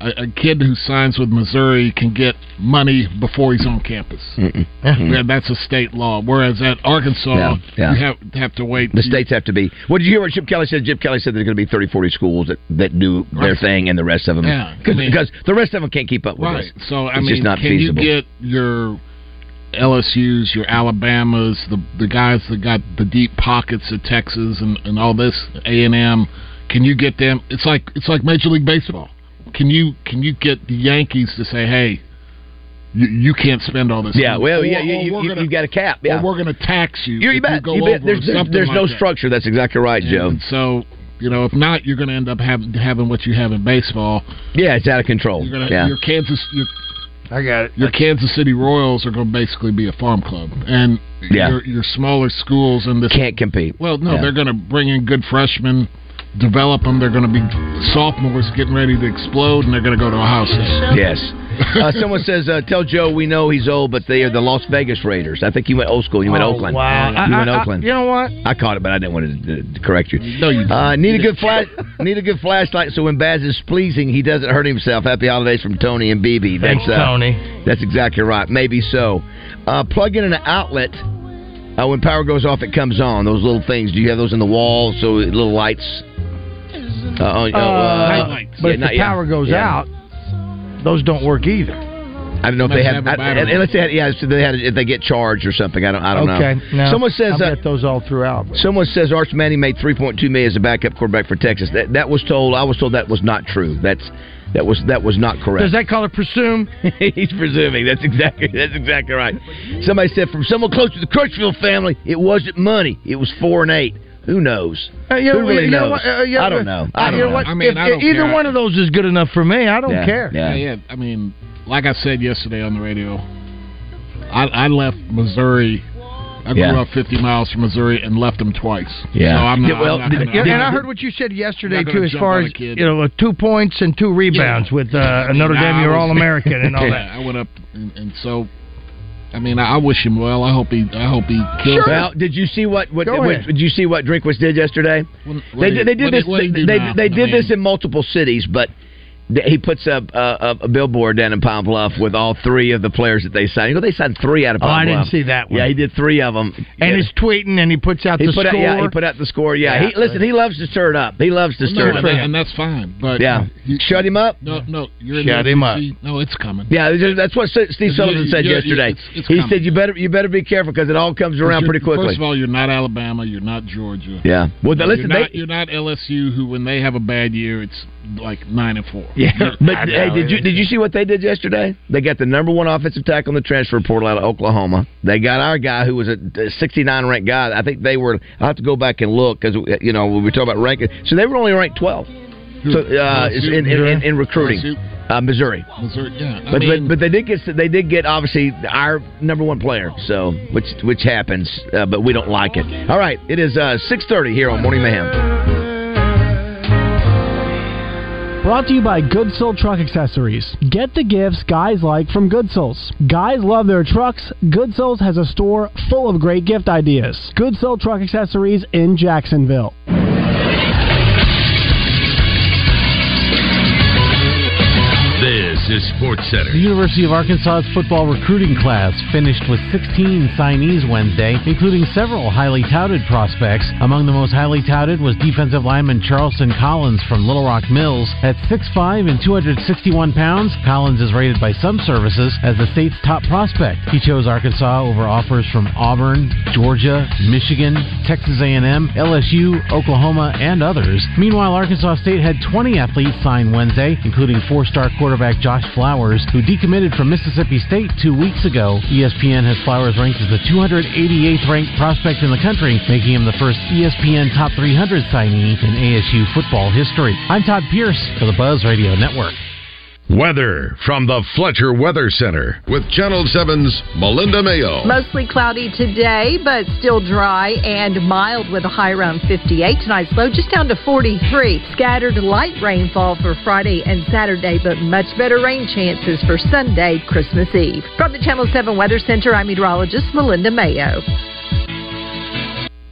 Speaker 8: a, a kid who signs with Missouri can get money before he's on campus. Yeah, that's a state law. Whereas at Arkansas,
Speaker 3: Hmm. Yeah, yeah.
Speaker 8: you have, have to wait.
Speaker 3: The states have to be. What did you hear what Chip Kelly said? Chip Kelly said there's going to be 30, 40 schools that, that do their
Speaker 8: Right.
Speaker 3: thing and the rest of them.
Speaker 8: Yeah, I mean-
Speaker 3: because the rest of them can't keep up with
Speaker 8: Right.
Speaker 3: us.
Speaker 8: So I
Speaker 3: It's
Speaker 8: mean,
Speaker 3: just not
Speaker 8: can
Speaker 3: feasible.
Speaker 8: you get your LSU's, your Alabamas, the the guys that got the deep pockets of Texas and, and all this A and M? Can you get them? It's like it's like Major League Baseball. Can you can you get the Yankees to say, hey, you you can't spend all this?
Speaker 3: Yeah,
Speaker 8: money,
Speaker 3: well,
Speaker 8: or-
Speaker 3: yeah, you,
Speaker 8: or
Speaker 3: you,
Speaker 8: we're
Speaker 3: you,
Speaker 8: gonna-
Speaker 3: have got a cap.
Speaker 8: or
Speaker 3: Yeah,
Speaker 8: we're going to tax you.
Speaker 3: You,
Speaker 8: if
Speaker 3: you bet.
Speaker 8: go
Speaker 3: You bet.
Speaker 8: over
Speaker 3: There's,
Speaker 8: or
Speaker 3: there's,
Speaker 8: something
Speaker 3: there's
Speaker 8: like
Speaker 3: no
Speaker 8: that.
Speaker 3: structure. That's exactly right, Joe.
Speaker 8: And so, you know, if not, you're going to end up having having what you have in baseball.
Speaker 3: Yeah, it's out of control.
Speaker 8: You're going to
Speaker 3: yeah.
Speaker 8: your Kansas your
Speaker 6: I got it.
Speaker 8: your Kansas City Royals are going to basically be a farm club, and
Speaker 3: Yeah.
Speaker 8: your your smaller schools in this
Speaker 3: Can't compete.
Speaker 8: Well, no,
Speaker 3: Yeah.
Speaker 8: they're going to bring in good freshmen, develop them. They're going to be sophomores getting ready to explode, and they're going to go to Ohio State.
Speaker 3: Yes.
Speaker 6: <laughs>
Speaker 3: Uh, someone says, uh, "Tell Joe we know he's old, but they are the Las Vegas Raiders." I think you went old school. You went
Speaker 6: Oh,
Speaker 3: Oakland.
Speaker 6: Wow. I-
Speaker 3: You
Speaker 6: I-
Speaker 3: went
Speaker 6: I-
Speaker 3: Oakland.
Speaker 6: you know what?
Speaker 3: I caught it, but I didn't want to, to correct you.
Speaker 8: No, you
Speaker 3: uh, need a good flash. need a good flashlight, so when Baz is pleasing, he doesn't hurt himself. Happy holidays from Tony and BB.
Speaker 6: Thanks,
Speaker 3: That's uh,
Speaker 6: Tony.
Speaker 3: That's exactly right. Maybe so. Uh, plug in an outlet. Uh, when power goes off, it comes on. Those little things. Do you have those in the wall? So little lights. Uh, on-
Speaker 6: Uh,
Speaker 3: oh, uh,
Speaker 6: But
Speaker 3: yeah,
Speaker 6: if
Speaker 3: not-
Speaker 6: the
Speaker 3: yeah.
Speaker 6: power goes
Speaker 3: Yeah.
Speaker 6: out, those don't work either.
Speaker 3: I don't know if they
Speaker 6: Must
Speaker 3: have.
Speaker 6: have a
Speaker 3: I,
Speaker 6: battery.
Speaker 3: unless they had, yeah, so they had, if they get charged or something. I don't. I don't
Speaker 6: okay.
Speaker 3: know.
Speaker 6: No,
Speaker 3: Someone
Speaker 6: I've
Speaker 3: says. Uh,
Speaker 6: got those all throughout.
Speaker 3: someone says Arch Manning made 3.2 million as a backup quarterback for Texas. That, that was told. I was told that was not true. That's that was that was not correct.
Speaker 6: Does that call it presume?
Speaker 3: <laughs> He's presuming. That's exactly. That's exactly right. Somebody said from someone close to the Crutchfield family, it wasn't money. It was four and eight. Who knows?
Speaker 6: Uh, yeah,
Speaker 3: Who
Speaker 6: well,
Speaker 3: really
Speaker 6: you know
Speaker 3: knows?
Speaker 6: what, uh, yeah,
Speaker 3: I don't
Speaker 6: uh,
Speaker 3: know. I
Speaker 6: uh,
Speaker 3: don't
Speaker 6: you
Speaker 3: know.
Speaker 6: know what?
Speaker 8: I mean,
Speaker 6: If-
Speaker 8: I don't
Speaker 6: if either
Speaker 8: care.
Speaker 6: one of those is good enough for me. I don't
Speaker 3: Yeah,
Speaker 6: care.
Speaker 3: yeah.
Speaker 8: Yeah, yeah. I mean, like I said yesterday on the radio, I, I left Missouri. I grew
Speaker 6: Yeah.
Speaker 8: up 50 miles from Missouri and left them twice.
Speaker 6: Yeah.
Speaker 8: So I'm not,
Speaker 6: Yeah, well,
Speaker 8: I'm not gonna-
Speaker 6: Yeah,
Speaker 8: I'm
Speaker 6: and
Speaker 8: not
Speaker 6: I
Speaker 8: gonna-
Speaker 6: heard what you said yesterday
Speaker 8: Not gonna
Speaker 6: too, as
Speaker 8: jump on
Speaker 6: far as
Speaker 8: a
Speaker 6: you
Speaker 8: kid.
Speaker 6: know, uh, two points and two rebounds
Speaker 8: <laughs>
Speaker 6: with uh, Notre
Speaker 8: Nah,
Speaker 6: Dame.
Speaker 8: I
Speaker 6: You're
Speaker 8: was-
Speaker 6: all American and all that.
Speaker 8: <laughs> Yeah, I went up, and, and so, I mean, I, I wish him well. I hope he, I hope he kills. it.
Speaker 3: Well, did you see what what,
Speaker 8: Go
Speaker 3: what
Speaker 8: ahead.
Speaker 3: did you see what Drinkwitz did yesterday?
Speaker 8: What- what
Speaker 3: they
Speaker 8: do you-
Speaker 3: did, they did
Speaker 8: what do-
Speaker 3: this.
Speaker 8: what do
Speaker 3: They,
Speaker 8: you do
Speaker 3: they,
Speaker 8: now?
Speaker 3: they
Speaker 8: I
Speaker 3: did
Speaker 8: mean-
Speaker 3: this in multiple cities, but th- he puts up a, a, a billboard down in Pine Bluff with all three of the players that they signed. You know, they signed three out of
Speaker 6: Oh,
Speaker 3: Pine
Speaker 6: I didn't
Speaker 3: Bluff.
Speaker 6: see that one.
Speaker 3: Yeah, he did three of them.
Speaker 6: and he's tweeting and he puts out
Speaker 3: he
Speaker 6: the
Speaker 3: put out,
Speaker 6: score.
Speaker 3: yeah, he put out the score. Yeah,
Speaker 6: Yeah.
Speaker 3: he listen. He loves to stir it up. He loves to
Speaker 8: Well,
Speaker 3: stir
Speaker 8: no,
Speaker 3: it
Speaker 8: and,
Speaker 3: up.
Speaker 8: and that's fine, but
Speaker 3: yeah, shut him up.
Speaker 8: No, no, you're in
Speaker 3: Shut
Speaker 8: the
Speaker 3: him
Speaker 8: SEC. No, it's coming.
Speaker 3: Yeah, that's what Steve Sullivan
Speaker 8: You-
Speaker 3: said
Speaker 8: you-
Speaker 3: yesterday.
Speaker 8: it's- it's
Speaker 3: he
Speaker 8: coming.
Speaker 3: said you better you better be careful because it all comes around
Speaker 8: You're-
Speaker 3: pretty quickly.
Speaker 8: First of all, you're not Alabama. You're not Georgia.
Speaker 3: Yeah. Well, now, listen,
Speaker 8: you're not,
Speaker 3: they-
Speaker 8: you're not LSU, who when they have a bad year, it's like nine and four.
Speaker 3: Yeah,
Speaker 8: You're-
Speaker 3: but hey, did you did you see what they did yesterday? They got the number one offensive tackle in the transfer portal out of Oklahoma. They got our guy who was a a 69 ranked guy. I think they were. I will have to go back and look because you know we were talking about ranking. So they were only ranked 12. So uh,
Speaker 8: LSU?
Speaker 3: in, in, in, in recruiting,
Speaker 8: LSU?
Speaker 3: uh, Missouri.
Speaker 8: Missouri, yeah. I
Speaker 3: But,
Speaker 8: mean,
Speaker 3: but but they did get they did get obviously our number one player. So which which happens, uh, but we don't like it. All right, it is uh, 6:30 here on Morning Mayhem.
Speaker 9: Brought to you by Good Soul Truck Accessories. Get the gifts guys like from Good Souls. Guys love their trucks. Good Souls has a store full of great gift ideas. Good Soul Truck Accessories in Jacksonville.
Speaker 10: This
Speaker 11: to Sports Center.
Speaker 7: The University of Arkansas's football recruiting class finished with 16 signees Wednesday, including several highly touted prospects. Among the most highly touted was defensive lineman Charleston Collins from Little Rock Mills. At 6'5 and 261 pounds, Collins is rated by some services as the state's top prospect. He chose Arkansas over offers from Auburn, Georgia, Michigan, Texas A&M, LSU, Oklahoma, and others. Meanwhile, Arkansas State had 20 athletes sign Wednesday, including four-star quarterback Josh Flowers, who decommitted from Mississippi State two weeks ago. E ESPN has Flowers ranked as the 288th ranked prospect in the country, making him the first E ESPN top 300 signee in ASU football history. I'm Todd Pierce for the Buzz Radio Network.
Speaker 5: Weather from the Fletcher Weather Center with Channel 7's Melinda Mayo.
Speaker 12: Mostly cloudy today, but still dry and mild with a high around 58. Tonight's low just down to 43. Scattered light rainfall for Friday and Saturday, but much better rain chances for Sunday, Christmas Eve. From the Channel 7 Weather Center, I'm meteorologist Melinda Mayo.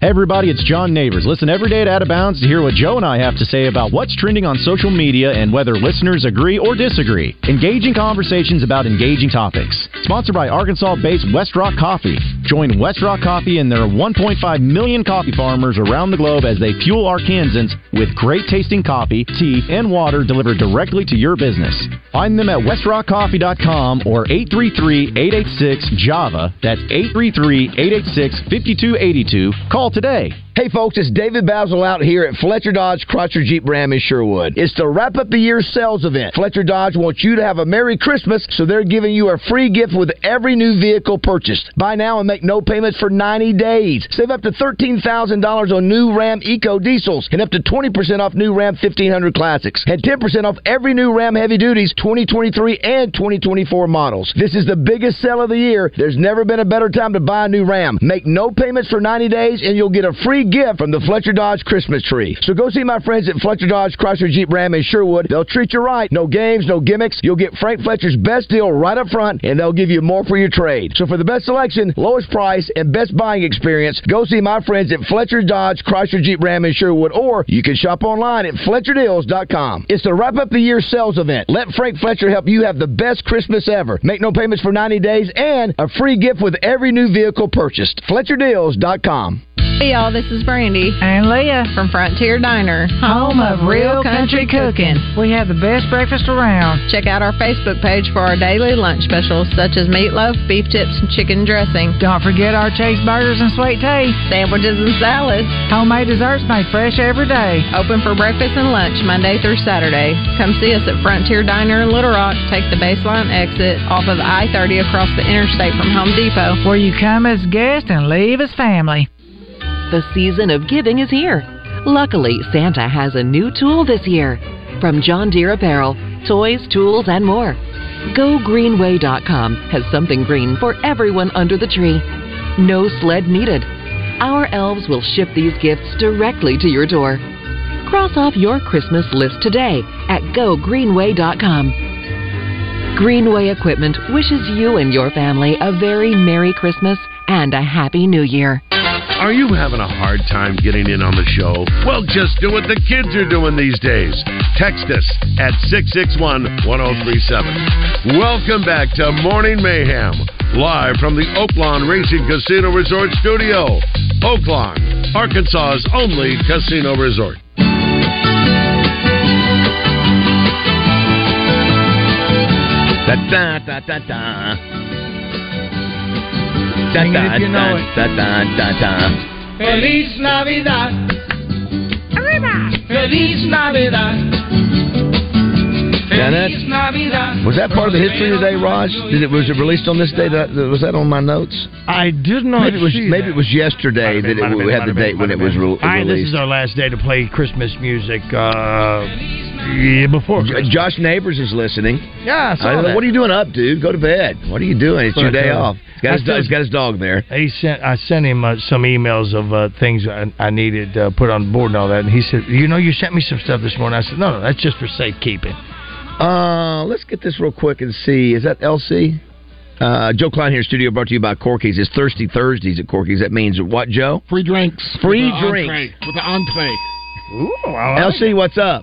Speaker 13: Hey everybody, it's John Neighbors. Listen every day at Out of Bounds to hear what Joe and I have to say about what's trending on social media and whether listeners agree or disagree. Engaging conversations about engaging topics. Sponsored by Arkansas-based West Rock Coffee. Join West Rock Coffee and their 1.5 million coffee farmers around the globe as they fuel Arkansans with great tasting coffee, tea, and water delivered directly to your business. Find them at westrockcoffee.com or 833-886-JAVA. That's 833-886-5282. Call today.
Speaker 3: Hey folks, it's David Basil out here at Fletcher Dodge Chrysler Jeep Ram in Sherwood. It's the wrap up the year sales event. Fletcher Dodge wants you to have a Merry Christmas, so they're giving you a free gift with every new vehicle purchased. Buy now and make no payments for 90 days. Save up to $13,000 on new Ram Eco Diesels and up to 20% off new Ram 1500 Classics and 10% off every new Ram Heavy Duties 2023 and 2024 models. This is the biggest sale of the year. There's never been a better time to buy a new Ram. Make no payments for 90 days and you'll get a free gift from the Fletcher Dodge Christmas tree. So go see my friends at Fletcher Dodge Chrysler Jeep Ram in Sherwood. They'll treat you right. No games, no gimmicks. You'll get Frank Fletcher's best deal right up front, and they'll give you more for your trade. So for the best selection, lowest price, and best buying experience, go see my friends at Fletcher Dodge Chrysler Jeep Ram in Sherwood, or you can shop online at FletcherDeals.com. It's the wrap up the year sales event. Let Frank Fletcher help you have the best Christmas ever. Make no payments for 90 days and a free gift with every new vehicle purchased. FletcherDeals.com.
Speaker 14: Hey y'all, this is Brandy and Leah from Frontier Diner,
Speaker 15: Home of real country cooking. We have the best breakfast around.
Speaker 14: Check out our Facebook page for our daily lunch specials such as meatloaf, beef tips, and chicken dressing.
Speaker 15: Don't forget our cheeseburgers and sweet tea,
Speaker 14: sandwiches and salads.
Speaker 15: Homemade desserts made fresh every day.
Speaker 14: Open for breakfast and lunch Monday through Saturday. Come see us at Frontier Diner in Little Rock. Take the baseline exit off of I-30 across the interstate from Home Depot.
Speaker 15: Where you come as guest and leave as family.
Speaker 16: The season of giving is here. Luckily, Santa has a new tool this year from John Deere Apparel, toys, tools, and more. GoGreenway.com has something green for everyone under the tree. No sled needed. Our elves will ship these gifts directly to your door. Cross off your Christmas list today at GoGreenway.com. Greenway Equipment wishes you and your family a very Merry Christmas and a Happy New Year.
Speaker 5: Are you having a hard time getting in on the show? Well, just do what the kids are doing these days. Text us at 661 1037. Welcome back to Morning Mayhem, live from the Oaklawn Racing Casino Resort Studio. Oaklawn, Arkansas's only casino resort.
Speaker 17: Da, da, da, da, da.
Speaker 1: Sing it if you know it.
Speaker 17: Da, da, da, da.
Speaker 1: Feliz Navidad. Arriba. Feliz Navidad.
Speaker 17: Done it?
Speaker 1: Feliz Navidad.
Speaker 17: Was that part of the history today, Raj? Did it was it released on this day? That, was that on my notes?
Speaker 6: I did not
Speaker 17: Maybe it was,
Speaker 6: see
Speaker 17: maybe
Speaker 6: that.
Speaker 17: it was yesterday that
Speaker 6: might
Speaker 17: it,
Speaker 6: have
Speaker 17: we
Speaker 6: been,
Speaker 17: had the
Speaker 6: might
Speaker 17: date
Speaker 6: have
Speaker 17: when it was re-
Speaker 6: All right, this
Speaker 17: released.
Speaker 6: is our last day to play Christmas music. Uh, yeah, before Christmas.
Speaker 17: Josh Neighbors is listening.
Speaker 6: Yeah, I saw
Speaker 17: I-
Speaker 6: that.
Speaker 17: What are you doing up, dude? Go to bed. What are you doing? It's
Speaker 6: That's
Speaker 17: your
Speaker 6: what I
Speaker 17: day off.
Speaker 6: told him.
Speaker 17: He's got,
Speaker 6: I
Speaker 17: his, do-
Speaker 6: said-
Speaker 17: he's got his dog there.
Speaker 6: He sent. I sent him uh, some emails of uh, things I, I needed uh, put on board and all that. And he said, "You know, you sent me some stuff this morning." I said, "No, no, that's just for safekeeping."
Speaker 17: Uh, let's get this real quick and see. Is that LC?
Speaker 3: Uh, Joe Klein here, in studio brought to you by Corky's. It's Thirsty Thursdays at Corky's. That means what, Joe?
Speaker 8: Free drinks.
Speaker 3: Free
Speaker 8: With the
Speaker 3: drinks.
Speaker 8: entree- With the entree.
Speaker 3: Ooh, LC, what's up?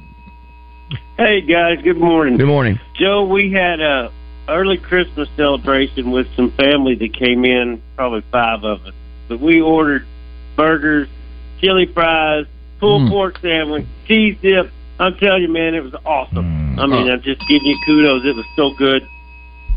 Speaker 10: Hey guys, good morning.
Speaker 3: Good morning.
Speaker 10: Joe, we had a early Christmas celebration with some family that came in, probably five of us. But we ordered burgers, chili fries,
Speaker 8: Mm.
Speaker 10: pulled pork sandwich, cheese dip. I'm telling you, man, it was
Speaker 8: Mm.
Speaker 10: awesome. I
Speaker 8: Uh.
Speaker 10: mean, I'm just giving you kudos. It was so good.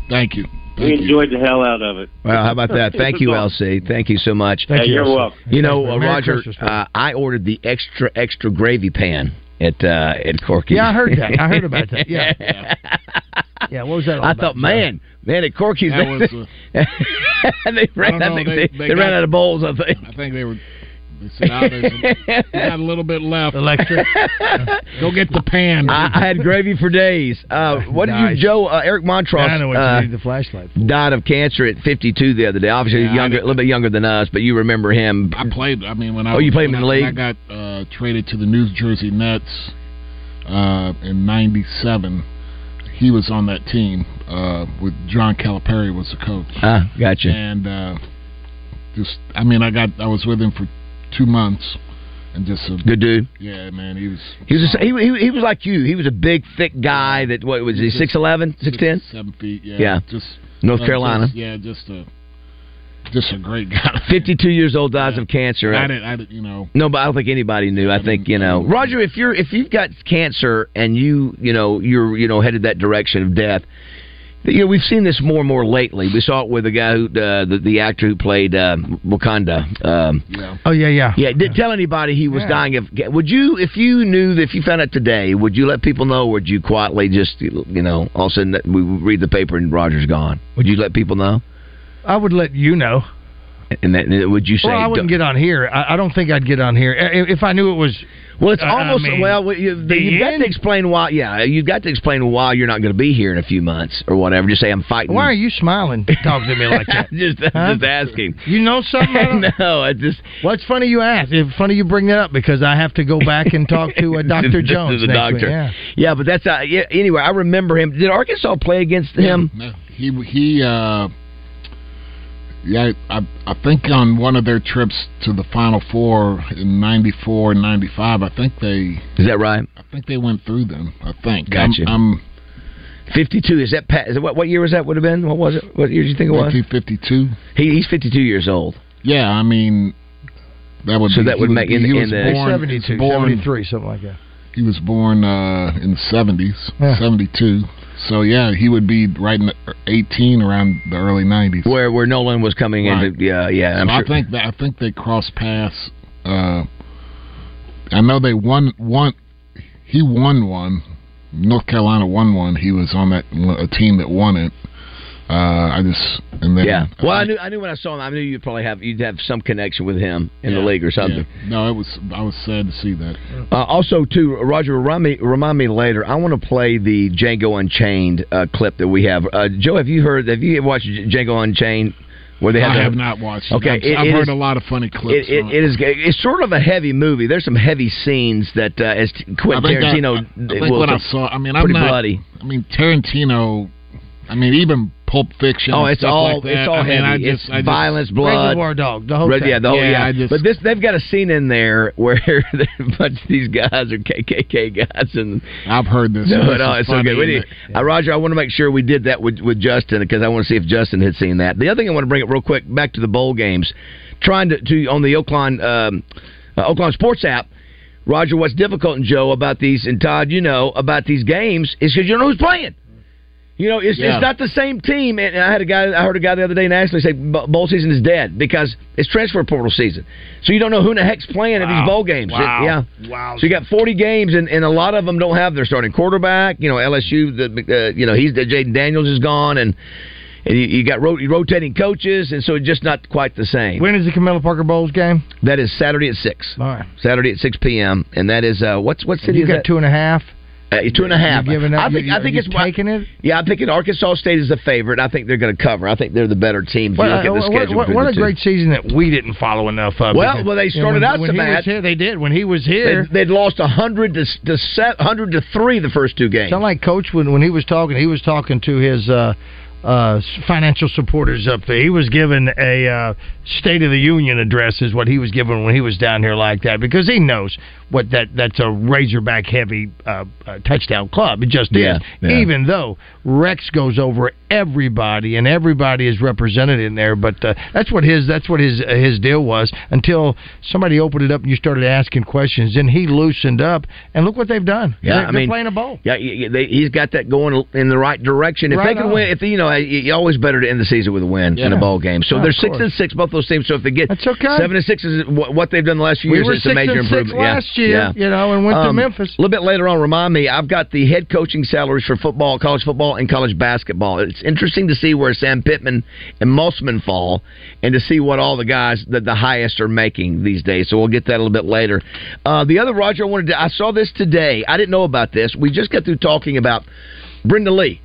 Speaker 8: Thank you.
Speaker 10: we enjoyed the hell out of it.
Speaker 3: Well, how
Speaker 6: <laughs>
Speaker 3: about that? Thank you,
Speaker 10: It was
Speaker 3: LC. Thank you so much.
Speaker 10: Thank Hey, you, you're LC. welcome.
Speaker 3: You know,
Speaker 10: Merry
Speaker 3: uh, Roger,
Speaker 10: Christmas,
Speaker 3: uh, I ordered the extra extra gravy pan at uh, at Corky's.
Speaker 6: Yeah, I heard that. I heard about
Speaker 3: <laughs>
Speaker 8: <laughs>
Speaker 6: that. Yeah. Yeah, what was that all
Speaker 3: I
Speaker 6: about?
Speaker 3: thought, man, man, at Corky's,
Speaker 6: That was, uh,
Speaker 3: <laughs> they ran,
Speaker 8: I
Speaker 3: I
Speaker 8: don't
Speaker 3: think
Speaker 8: know, they-
Speaker 3: they,
Speaker 8: they
Speaker 3: they ran
Speaker 8: got-
Speaker 3: out
Speaker 8: <laughs>
Speaker 3: of bowls. I think.
Speaker 8: I think they were. They said, "Ah, there's a, we got a little bit left.
Speaker 3: Electric.
Speaker 8: <laughs> Go get the pan.
Speaker 3: I, I had gravy for days. <laughs> Uh, what did
Speaker 8: Nice.
Speaker 3: you, Joe? Uh, Eric Montross
Speaker 8: I know what you
Speaker 3: uh,
Speaker 8: need the flashlight
Speaker 3: died of cancer at 52 the other day. Obviously,
Speaker 8: Yeah, I
Speaker 3: younger, a little bit younger than us, but you remember him.
Speaker 8: I played. I mean, when I
Speaker 3: Oh, you played
Speaker 8: when
Speaker 3: him in
Speaker 8: I- when
Speaker 3: the
Speaker 8: I got uh, traded to the New Jersey Nets uh, in '97. He was on that team uh, with John Calipari was the coach.
Speaker 3: <laughs> Ah, gotcha.
Speaker 8: And uh, just, I mean, I got I was with him for two months, and just a
Speaker 3: Good dude.
Speaker 8: Yeah, man, he was
Speaker 3: He was, a, he, he, he was like you. He was a big, thick guy that, what was he, 6'11", 6'10"?
Speaker 8: seven feet. Yeah,
Speaker 3: Yeah.
Speaker 8: just
Speaker 3: North
Speaker 8: uh,
Speaker 3: Carolina.
Speaker 8: just- yeah, just a just a great guy.
Speaker 3: 52 years old, dies of cancer.
Speaker 8: I didn't, I didn't, you know.
Speaker 3: No, but I don't think anybody knew. I think you know, Roger. If you're if you've got cancer and you you know you're you know headed that direction of death, you know we've seen this more and more lately. We saw it with the guy who uh, the, the actor who played uh, Wakanda. Um,
Speaker 6: Oh yeah, yeah.
Speaker 3: yeah, didn't tell anybody he was
Speaker 6: Yeah.
Speaker 3: dying of. ca- Would you, if you knew, that if you found out today, would you let people know? or Would you quietly just, you know, all of a sudden that we read the paper and Roger's gone? Would you let people know?
Speaker 6: I would let you know.
Speaker 3: And that, and would you say?
Speaker 6: well, I wouldn't get on here. I, I don't think I'd get on here I- if I knew it was.
Speaker 3: Well, it's
Speaker 6: I- I
Speaker 3: almost
Speaker 6: mean, <laughs>
Speaker 3: well. You,
Speaker 6: the
Speaker 3: you've got
Speaker 6: end?
Speaker 3: to explain why. Yeah, you've got to explain why you're not going to be here in a few months or whatever. Just say I'm fighting.
Speaker 6: Why are you
Speaker 3: <laughs>
Speaker 6: smiling? Talking to me like that.
Speaker 3: just,
Speaker 6: Huh?
Speaker 3: just asking.
Speaker 6: You know
Speaker 3: <laughs>
Speaker 6: something?
Speaker 3: no, I just.
Speaker 6: Well, it's funny you ask. It's funny you bring that up because I have to go back and talk to
Speaker 3: <laughs>
Speaker 6: uh,
Speaker 3: Just-
Speaker 6: Doctor
Speaker 3: just
Speaker 6: Jones.
Speaker 3: to the
Speaker 6: next
Speaker 3: doctor.
Speaker 6: week. Yeah.
Speaker 3: Yeah, but that's uh, yeah. Anyway, I <laughs> remember him. Did Arkansas play against him?
Speaker 8: No, he he. Uh, yeah, I I think on one of their trips to the Final Four in '94 and '95, I think they
Speaker 3: is that right?
Speaker 8: I think they went through them. I think.
Speaker 3: Gotcha.
Speaker 8: I'm,
Speaker 3: Fifty-two. Is that pa- is it, what? What year was that? Would have been? What was it? What year do you think it was?
Speaker 8: 1952.
Speaker 3: He, he's fifty-two years old.
Speaker 8: Yeah, I mean, that would
Speaker 3: So
Speaker 8: be-
Speaker 3: that
Speaker 8: he
Speaker 3: would
Speaker 8: was-
Speaker 3: make in-
Speaker 8: he
Speaker 3: in
Speaker 8: was
Speaker 3: the-
Speaker 8: born,
Speaker 6: 72,
Speaker 8: born-
Speaker 6: 73, something like that.
Speaker 8: He was born uh, in the seventies,
Speaker 6: Yeah.
Speaker 8: seventy-two. So yeah, he would be right in the uh, eighteen aroum- around the early nineties.
Speaker 3: Where where Nolan was coming into yeah yeah. I'm
Speaker 8: so
Speaker 3: sure.
Speaker 8: I think that, I think they crossed paths. Uh, I know they won one. He won one. North Carolina won one. He was on that a team that won it. Uh, I just and then
Speaker 3: yeah. Well, I knew I knew when I saw him. I knew you'd probably have you'd have some connection with him in the
Speaker 8: Yeah,
Speaker 3: league or something.
Speaker 8: no, it was I was sad to see that.
Speaker 3: Uh, also, too, Roger, remind me, remind me later. I want to play the Django Unchained uh, clip that we have. Uh, Joe, have you heard? Have you watched Django Unchained? Where they have
Speaker 8: I
Speaker 3: the-
Speaker 8: have not watched.
Speaker 3: Okay,
Speaker 8: it.
Speaker 3: it-
Speaker 8: I've, I've
Speaker 3: it
Speaker 8: heard
Speaker 3: is-
Speaker 8: a lot of funny clips.
Speaker 3: It, it, it is. It's sort of a heavy movie. There's some heavy scenes that uh, as
Speaker 8: I
Speaker 3: Quentin
Speaker 8: think I-
Speaker 3: Tarantino
Speaker 8: I, I think
Speaker 3: will
Speaker 8: what I
Speaker 3: say,
Speaker 8: saw. I mean, I'm
Speaker 3: pretty
Speaker 8: not,
Speaker 3: bloody.
Speaker 8: I mean, Tarantino. I mean, even Pulp Fiction.
Speaker 3: Oh,
Speaker 8: and
Speaker 3: it's
Speaker 8: stuff
Speaker 3: all
Speaker 8: like that,
Speaker 3: it's all
Speaker 8: I mean,
Speaker 3: heavy.
Speaker 8: I just,
Speaker 3: it's
Speaker 8: I just,
Speaker 3: violence, blood, Red- yeah, the whole yeah.
Speaker 8: I just,
Speaker 3: but this they've got a scene in there <laughs> where a bunch of these guys are KKK guys, and
Speaker 8: I've heard
Speaker 3: <laughs>
Speaker 8: this.
Speaker 3: No,
Speaker 8: This
Speaker 3: no,
Speaker 8: is
Speaker 3: it's so
Speaker 8: funny,
Speaker 3: good. We
Speaker 8: isn't
Speaker 3: need, uh, Roger, I want to make sure we did that with, with Justin because I want to see if Justin had seen that. The other thing I want to bring up real quick back to the bowl games, trying to, to on the Oakland um, uh, Oakland Sports app. Roger, what's difficult and Joe about these and Todd, you know about these games is because you don't know who's playing. You know, it's,
Speaker 18: Yeah.
Speaker 3: it's not the same team. And, and I had a guy, I heard a guy the other day nationally say "Bo- bowl season is dead because it's transfer portal season. So you don't know who in the heck's playing at these bowl games. It-
Speaker 6: Wow.
Speaker 3: yeah.
Speaker 6: Wow.
Speaker 3: So you got 40 games, and, and a lot of them don't have their starting quarterback. You know, LSU, the uh, you know he's the Jaden Daniels is gone, and and you, you got ro- rotating coaches, and so it's just not quite the same.
Speaker 6: When is the Camilla Parker Bowls game?
Speaker 3: That is Saturday at six.
Speaker 6: All right.
Speaker 3: Saturday at 6 p.m. and that is uh, what's what city
Speaker 6: You
Speaker 3: is
Speaker 6: got
Speaker 3: that?
Speaker 6: two and a half.
Speaker 3: Uh, two and a half.
Speaker 6: You're giving up-
Speaker 3: I think
Speaker 6: you-
Speaker 3: I think
Speaker 6: you
Speaker 3: it's taking it. Yeah, I'm thinking Arkansas State is the favorite. I think they're going to cover. I think they're the better team. If you
Speaker 6: Well,
Speaker 3: look at the
Speaker 6: uh, what,
Speaker 3: schedule
Speaker 6: what,
Speaker 3: between
Speaker 6: what
Speaker 3: the
Speaker 6: a
Speaker 3: two.
Speaker 6: great season that we didn't follow enough of.
Speaker 3: Well,
Speaker 6: because,
Speaker 3: well, Uh,
Speaker 6: you
Speaker 3: they
Speaker 6: know,
Speaker 3: started
Speaker 6: when-
Speaker 3: out
Speaker 6: when
Speaker 3: so
Speaker 6: he was
Speaker 3: bad.
Speaker 6: here, they did. When he was here,
Speaker 3: They, would lost 100 to to set, 100 to 3 the first two games.
Speaker 6: Sound like Coach when when he was talking, he was talking to his uh, uh, s- financial supporters up there. He was given a uh, State of the Union address, is what he was given when he was down here like that, because he knows what that that's a Razorback heavy uh, uh, touchdown club. It just
Speaker 19: Yeah,
Speaker 6: is.
Speaker 19: yeah.
Speaker 6: Even though Rex goes over everybody and everybody is represented in there, but uh, that's what his that's what his uh, his deal was until somebody opened it up and you started asking questions. Then he loosened up, and look what they've done.
Speaker 3: Yeah,
Speaker 6: they're,
Speaker 3: I
Speaker 6: they're
Speaker 3: mean,
Speaker 6: playing a bowl.
Speaker 3: Yeah, y- y- they, he's got that going in the right direction. If
Speaker 6: Right
Speaker 3: they can
Speaker 6: on.
Speaker 3: win, if you know, you always better to end the season with a win in a
Speaker 6: Yeah.
Speaker 3: ball game. So
Speaker 6: Yeah,
Speaker 3: they're
Speaker 6: of
Speaker 3: six
Speaker 6: course.
Speaker 3: and six, both those teams. So if they get
Speaker 6: That's okay.
Speaker 3: seven and six is wh- what they've done the last few
Speaker 6: We
Speaker 3: years.
Speaker 6: were
Speaker 3: it's a
Speaker 6: six
Speaker 3: major
Speaker 6: and six
Speaker 3: improvement. Yeah,
Speaker 6: last year,
Speaker 3: yeah. Um,
Speaker 6: you know, and went to Memphis.
Speaker 3: A little bit later on, remind me, I've got the head coaching salaries for football, college football, and college basketball. It's interesting to see where Sam Pittman and Mossman fall, and to see what all the guys that the highest are making these days. So we'll get that a little bit later. Uh, the other Roger, I wanted to, I saw this today. I didn't know about this. We just got through talking about Brenda Lee.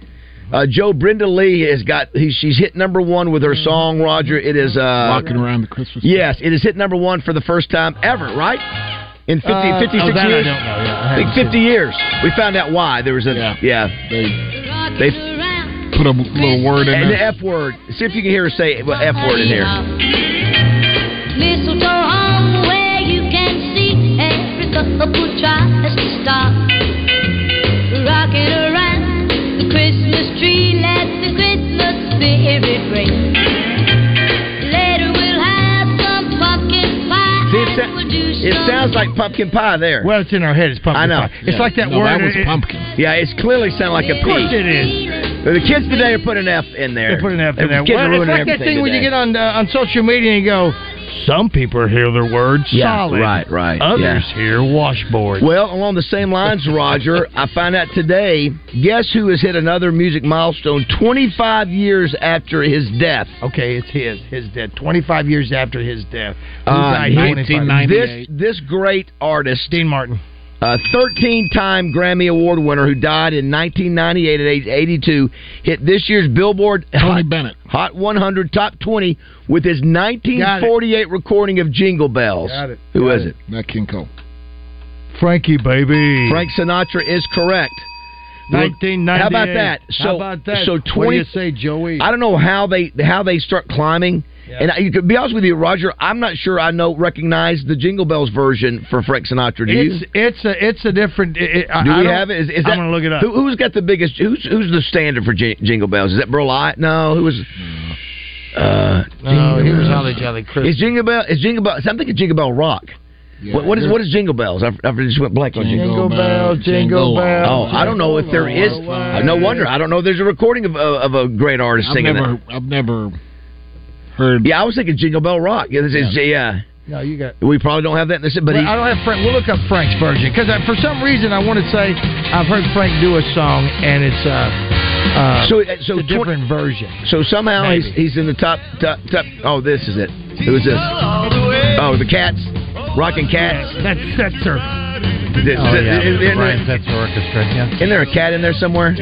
Speaker 3: Uh, Joe Brenda Lee has got he, she's hit number one with her song Roger. It is uh,
Speaker 8: Walking around the Christmas.
Speaker 3: Yes, it is hit number one for the first time ever, right? In 50,
Speaker 8: Uh,
Speaker 3: 56
Speaker 8: oh, that I
Speaker 3: years?
Speaker 8: don't know, yeah, I
Speaker 3: I think
Speaker 8: haven't seen
Speaker 3: 50 years. We found out why. There was a. Yeah. they,
Speaker 8: put a little word in
Speaker 3: and
Speaker 8: there.
Speaker 3: the F word. See if you can hear her say the F word in here.
Speaker 1: Mistletoe on the way, you can see every couple tries to stop. Rocking around the Christmas tree, let the Christmas spirit ring. Later we'll have some pumpkin pie.
Speaker 3: See, it, sa-
Speaker 1: We'll do
Speaker 3: it
Speaker 1: some
Speaker 3: sounds like pumpkin pie there.
Speaker 6: Well, it's in our head. It's pumpkin
Speaker 3: I know.
Speaker 6: pie. It's like that No, word- that was it- pumpkin.
Speaker 3: Yeah, it's clearly sound like a P.
Speaker 6: Of course it is.
Speaker 3: The kids today are putting an F in there. They're putting an F
Speaker 6: Well, it's like that thing when you get on uh, on social media and you go, some people hear the word
Speaker 3: Yeah,
Speaker 6: solid,
Speaker 3: right, right,
Speaker 6: Others
Speaker 3: yeah.
Speaker 6: hear washboard.
Speaker 3: Well, along the same lines, Roger, I find out today, guess who has hit another music milestone 25 years after his death?
Speaker 6: Okay, it's his. His death. Twenty five years after his death. Who
Speaker 3: Uh,
Speaker 6: died 25?
Speaker 3: this this great artist,
Speaker 6: Dean Martin,
Speaker 3: a 13-time Grammy Award winner who died in 1998 at age 82, hit this year's Billboard Hot,
Speaker 8: Bennett
Speaker 3: Hot 100 Top 20 with his 1948 recording of Jingle Bells.
Speaker 8: Got it.
Speaker 3: Who
Speaker 8: Got
Speaker 3: is
Speaker 8: it. Not King Cole.
Speaker 6: Frankie baby.
Speaker 3: Frank Sinatra is correct.
Speaker 6: Nineteen ninety.
Speaker 3: How about that? So,
Speaker 6: How about that?
Speaker 3: So
Speaker 6: What do
Speaker 3: twenty.
Speaker 6: you say, Joey?
Speaker 3: I don't know how they how they start climbing. And I, you could be honest with you, Roger. I'm not sure I know recognize the Jingle Bells version for Frank Sinatra. Do you?
Speaker 6: It's it's a it's a different. It, it, I-
Speaker 3: Do
Speaker 6: I
Speaker 3: we
Speaker 6: don't-
Speaker 3: have it? Is, is
Speaker 6: I'm
Speaker 3: that,
Speaker 6: gonna look it up.
Speaker 3: Who, has got the biggest? Who's who's the standard for Jing- Jingle Bells? Is that Burlite? No, who was? Uh,
Speaker 6: No, he was on the
Speaker 3: Bells.
Speaker 6: Jolly Christmer.
Speaker 3: Is Jingle Bell? Is Jingle Bells? I'm thinking Jingle Bell Rock. what, what is what is Jingle Bells? I, I just went blank on Jingle,
Speaker 6: Jingle Bells, Jingle Bells.
Speaker 3: Oh, I don't know if there is. No wonder I don't know. if There's a recording of, of, of a great artist
Speaker 8: I've
Speaker 3: singing
Speaker 8: never,
Speaker 3: that.
Speaker 8: I've never heard.
Speaker 3: Yeah, I was thinking Jingle Bell Rock. Yeah, this is yeah.
Speaker 6: No, you got.
Speaker 3: We probably don't have that in the city, but
Speaker 6: Well,
Speaker 3: he-
Speaker 6: I don't have Frank. We'll look up Frank's version because for some reason I want to say I've heard Frank do a song and it's uh, uh
Speaker 3: So-
Speaker 6: it's a different version.
Speaker 3: So somehow he's,
Speaker 6: Maybe.
Speaker 3: he's in the top, top top. Oh, this is it. Who is this? Oh, the Cats, Rockin' Cats.
Speaker 6: That's Setzer.
Speaker 3: This,
Speaker 7: Oh,
Speaker 3: this-
Speaker 7: yeah.
Speaker 3: is- isn't
Speaker 7: Ryan
Speaker 3: there-
Speaker 7: Setzer Orchestra, yeah.
Speaker 3: isn't there a cat in there somewhere?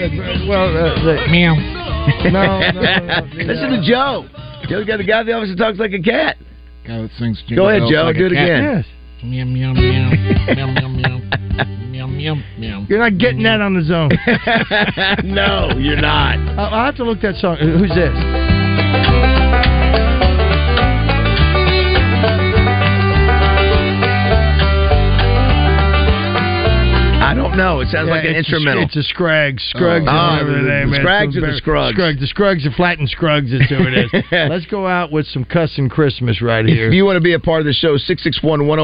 Speaker 6: Well, uh, the, meow. <laughs> No, no, no, no.
Speaker 3: Listen to Joe. Joe got the guy at the office that talks like a cat.
Speaker 8: Guy that sings.
Speaker 3: Go
Speaker 8: Jingle
Speaker 3: ahead,
Speaker 8: Bells
Speaker 3: Joe.
Speaker 8: like a
Speaker 3: do it
Speaker 8: cat.
Speaker 3: again.
Speaker 8: Meow meow <laughs> meow meow meow meow meow meow meow.
Speaker 6: <laughs> You're not getting that on the zone.
Speaker 3: <laughs> no, you're not.
Speaker 6: I will have to look that song. Uh, Who's this?
Speaker 3: I don't know. It sounds
Speaker 6: Yeah,
Speaker 3: like
Speaker 6: it's
Speaker 3: an
Speaker 6: a-
Speaker 3: instrumental.
Speaker 6: it's a Scraggs. Scruggs.
Speaker 3: Oh.
Speaker 6: or whatever
Speaker 3: Oh,
Speaker 6: the name
Speaker 3: the
Speaker 6: is.
Speaker 3: Scraggs
Speaker 6: From
Speaker 3: or the
Speaker 6: Bar-
Speaker 3: Scruggs?
Speaker 6: Scruggs. The Scruggs and Flattened Scruggs is who it
Speaker 3: <laughs>
Speaker 6: is. Let's go out with some cussing Christmas right here.
Speaker 3: If you want to be a part of the show, 661-1037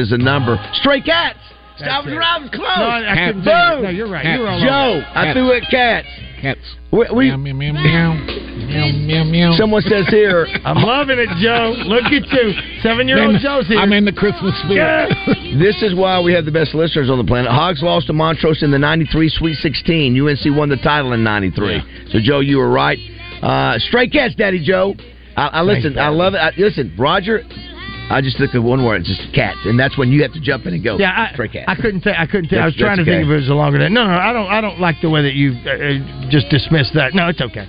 Speaker 3: is the number. Stray cats. Stop driving close.
Speaker 6: No, I- I couldn't
Speaker 3: Boom.
Speaker 6: do it. No, you're right. You were all
Speaker 3: Joe,
Speaker 6: over it.
Speaker 3: I
Speaker 6: Cats.
Speaker 3: threw it cats.
Speaker 8: Cats.
Speaker 3: We,
Speaker 8: meow
Speaker 3: we,
Speaker 8: meow meow meow meow meow.
Speaker 3: Someone says
Speaker 8: <laughs>
Speaker 3: here.
Speaker 6: I'm loving it, Joe. Look at you. Seven year old
Speaker 3: Then
Speaker 6: Joe's here.
Speaker 8: I'm in the Christmas spirit.
Speaker 3: This is why we have the best listeners on the planet. Hogs lost to Montrose in the 93 Sweet 16. UNC won the title in 93. So, Joe, you were right. Uh, Stray Cats, Daddy Joe. I, I listen. I love it. I, listen, Roger, I just took one word, it's just cats. And that's when you have to jump in and go,
Speaker 6: Yeah, I,
Speaker 3: Stray Cats.
Speaker 6: <laughs> I couldn't think. I couldn't think. I
Speaker 3: That's-
Speaker 6: was trying to
Speaker 3: that's
Speaker 6: think if
Speaker 3: okay.
Speaker 6: it was longer than. No, no, I don't. I don't like the way that you uh, uh, just dismissed that. No, it's
Speaker 3: <laughs>
Speaker 6: okay.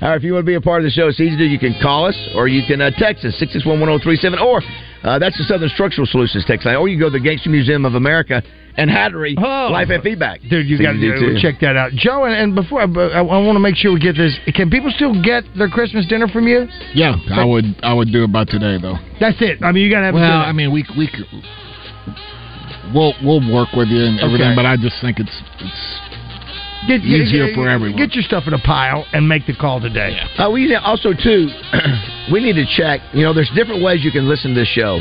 Speaker 3: All right, if you want to be a part of the show, it's easy to do. You can call us or you can uh, text us, 661 or Uh, that's the Southern Structural Solutions text line. Or you go to the Gangster Museum of America and Hattery Life and Feedback.
Speaker 6: Oh. Dude, you
Speaker 3: So
Speaker 6: got
Speaker 3: do
Speaker 6: to
Speaker 3: too.
Speaker 6: check that out, Joe. And, and before I, I, want to make sure we get this. Can people still get their Christmas dinner from you?
Speaker 8: Yeah, I would. I would do it by today though.
Speaker 6: That's it. I mean, you got to have.
Speaker 8: Well,
Speaker 6: dinner.
Speaker 8: I mean, we we could- we'll we'll work with you and everything,
Speaker 6: Okay.
Speaker 8: but I just think it's it's
Speaker 6: get,
Speaker 8: easier for everyone.
Speaker 6: Get your stuff in a pile and make the call today.
Speaker 3: Uh, we need to- also too. <clears throat> we need to check. You know, there's different ways you can listen to this show.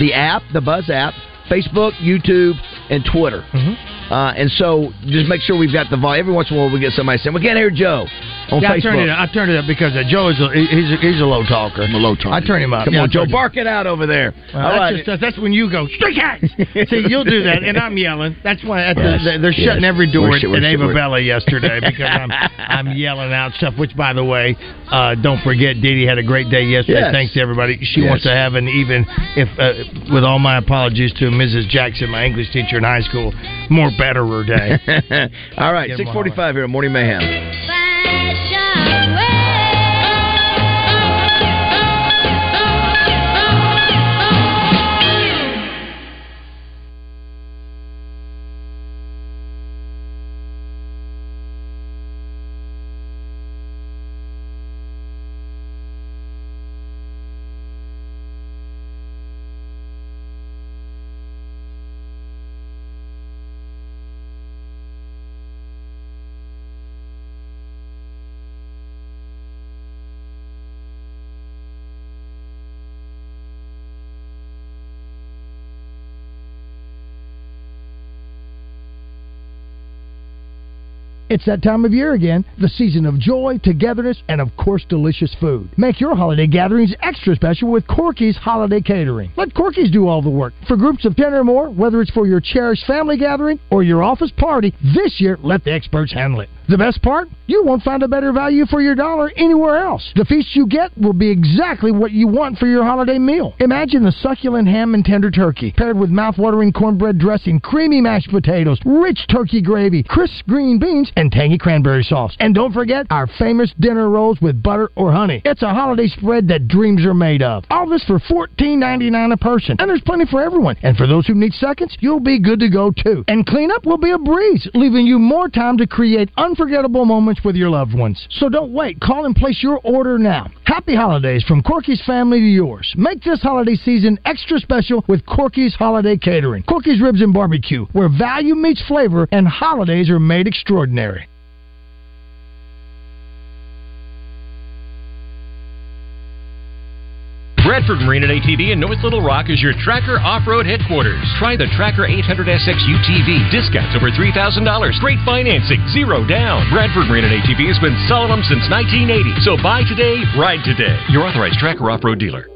Speaker 3: The app, the Buzz app, Facebook, YouTube, and Twitter.
Speaker 6: Mm-hmm.
Speaker 3: Uh, and so, just make sure we've got the volume. Every once in a while, we get somebody saying, "We can't hear Joe on
Speaker 6: yeah, I turned it.
Speaker 3: Facebook."
Speaker 6: I turned it up because uh, Joe is a, he- he's a, he's a low talker. I'm
Speaker 8: a low talker.
Speaker 6: I turn him up.
Speaker 3: Come
Speaker 6: Yeah, I
Speaker 3: on, Joe,
Speaker 6: turned-
Speaker 3: bark it out over there.
Speaker 6: Well,
Speaker 3: All
Speaker 6: that's,
Speaker 3: right.
Speaker 6: just- that's when you go straight
Speaker 3: <laughs>
Speaker 6: cats. See, you'll do that, and I'm yelling. That's why that's
Speaker 3: Yes,
Speaker 6: they're, they're
Speaker 3: yes.
Speaker 6: shutting every door
Speaker 3: We're
Speaker 6: at
Speaker 3: sh- we're sh-
Speaker 6: Ava
Speaker 3: we're-
Speaker 6: Bella
Speaker 3: <laughs>
Speaker 6: yesterday because I'm I'm yelling out stuff. Which, by the way, uh, don't forget, Dee Dee had a great day yesterday.
Speaker 3: Yes.
Speaker 6: Thanks to everybody. She
Speaker 3: Yes.
Speaker 6: wants to have an even if, uh, with all my apologies to Mrs. Jackson, my English teacher in high school, more betterer day.
Speaker 3: <laughs> All right,
Speaker 6: Give 'em a
Speaker 3: 6:45 here, at Morning Mayhem.
Speaker 6: It's that time of year again, the season of joy, togetherness, and of course, delicious food. Make your holiday gatherings extra special with Corky's Holiday Catering. Let Corky's do all the work. For groups of 10 or more, whether it's for your cherished family gathering or your office party, this year let the experts handle it. The best part? You won't find a better value for your dollar anywhere else. The feast you get will be exactly what you want for your holiday meal. Imagine the succulent ham and tender turkey, paired with mouthwatering cornbread dressing, creamy mashed potatoes, rich turkey gravy, crisp green beans, and tangy cranberry sauce. And don't forget our famous dinner rolls with butter or honey. It's a holiday spread that dreams are made of. All this for $14.99 a person. And there's plenty for everyone. And for those who need seconds, you'll be good to go too. And cleanup will be a breeze, leaving you more time to create unforgettable moments with your loved ones. So don't wait. Call and place your order now. Happy holidays from Corky's family to yours. Make this holiday season extra special with Corky's Holiday Catering. Corky's Ribs and Barbecue, where value meets flavor and holidays are made extraordinary.
Speaker 1: Bradford Marine and ATV in North Little Rock is your Tracker off-road headquarters. Try the Tracker 800SX UTV. Discounts over $3,000. Great financing. Zero down. Bradford Marine and ATV has been selling them since 1980. So buy today, ride today. Your authorized Tracker off-road dealer.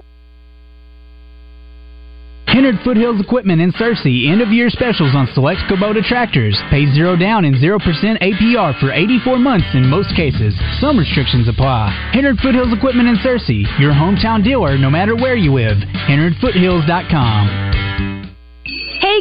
Speaker 20: Hennard Foothills Equipment in Searcy end of year specials on select Kubota tractors. Pay zero down and 0% APR for 84 months in most cases. Some restrictions apply. Hennard Foothills Equipment in Searcy, your hometown dealer no matter where you live. HennardFoothills.com.
Speaker 21: Hey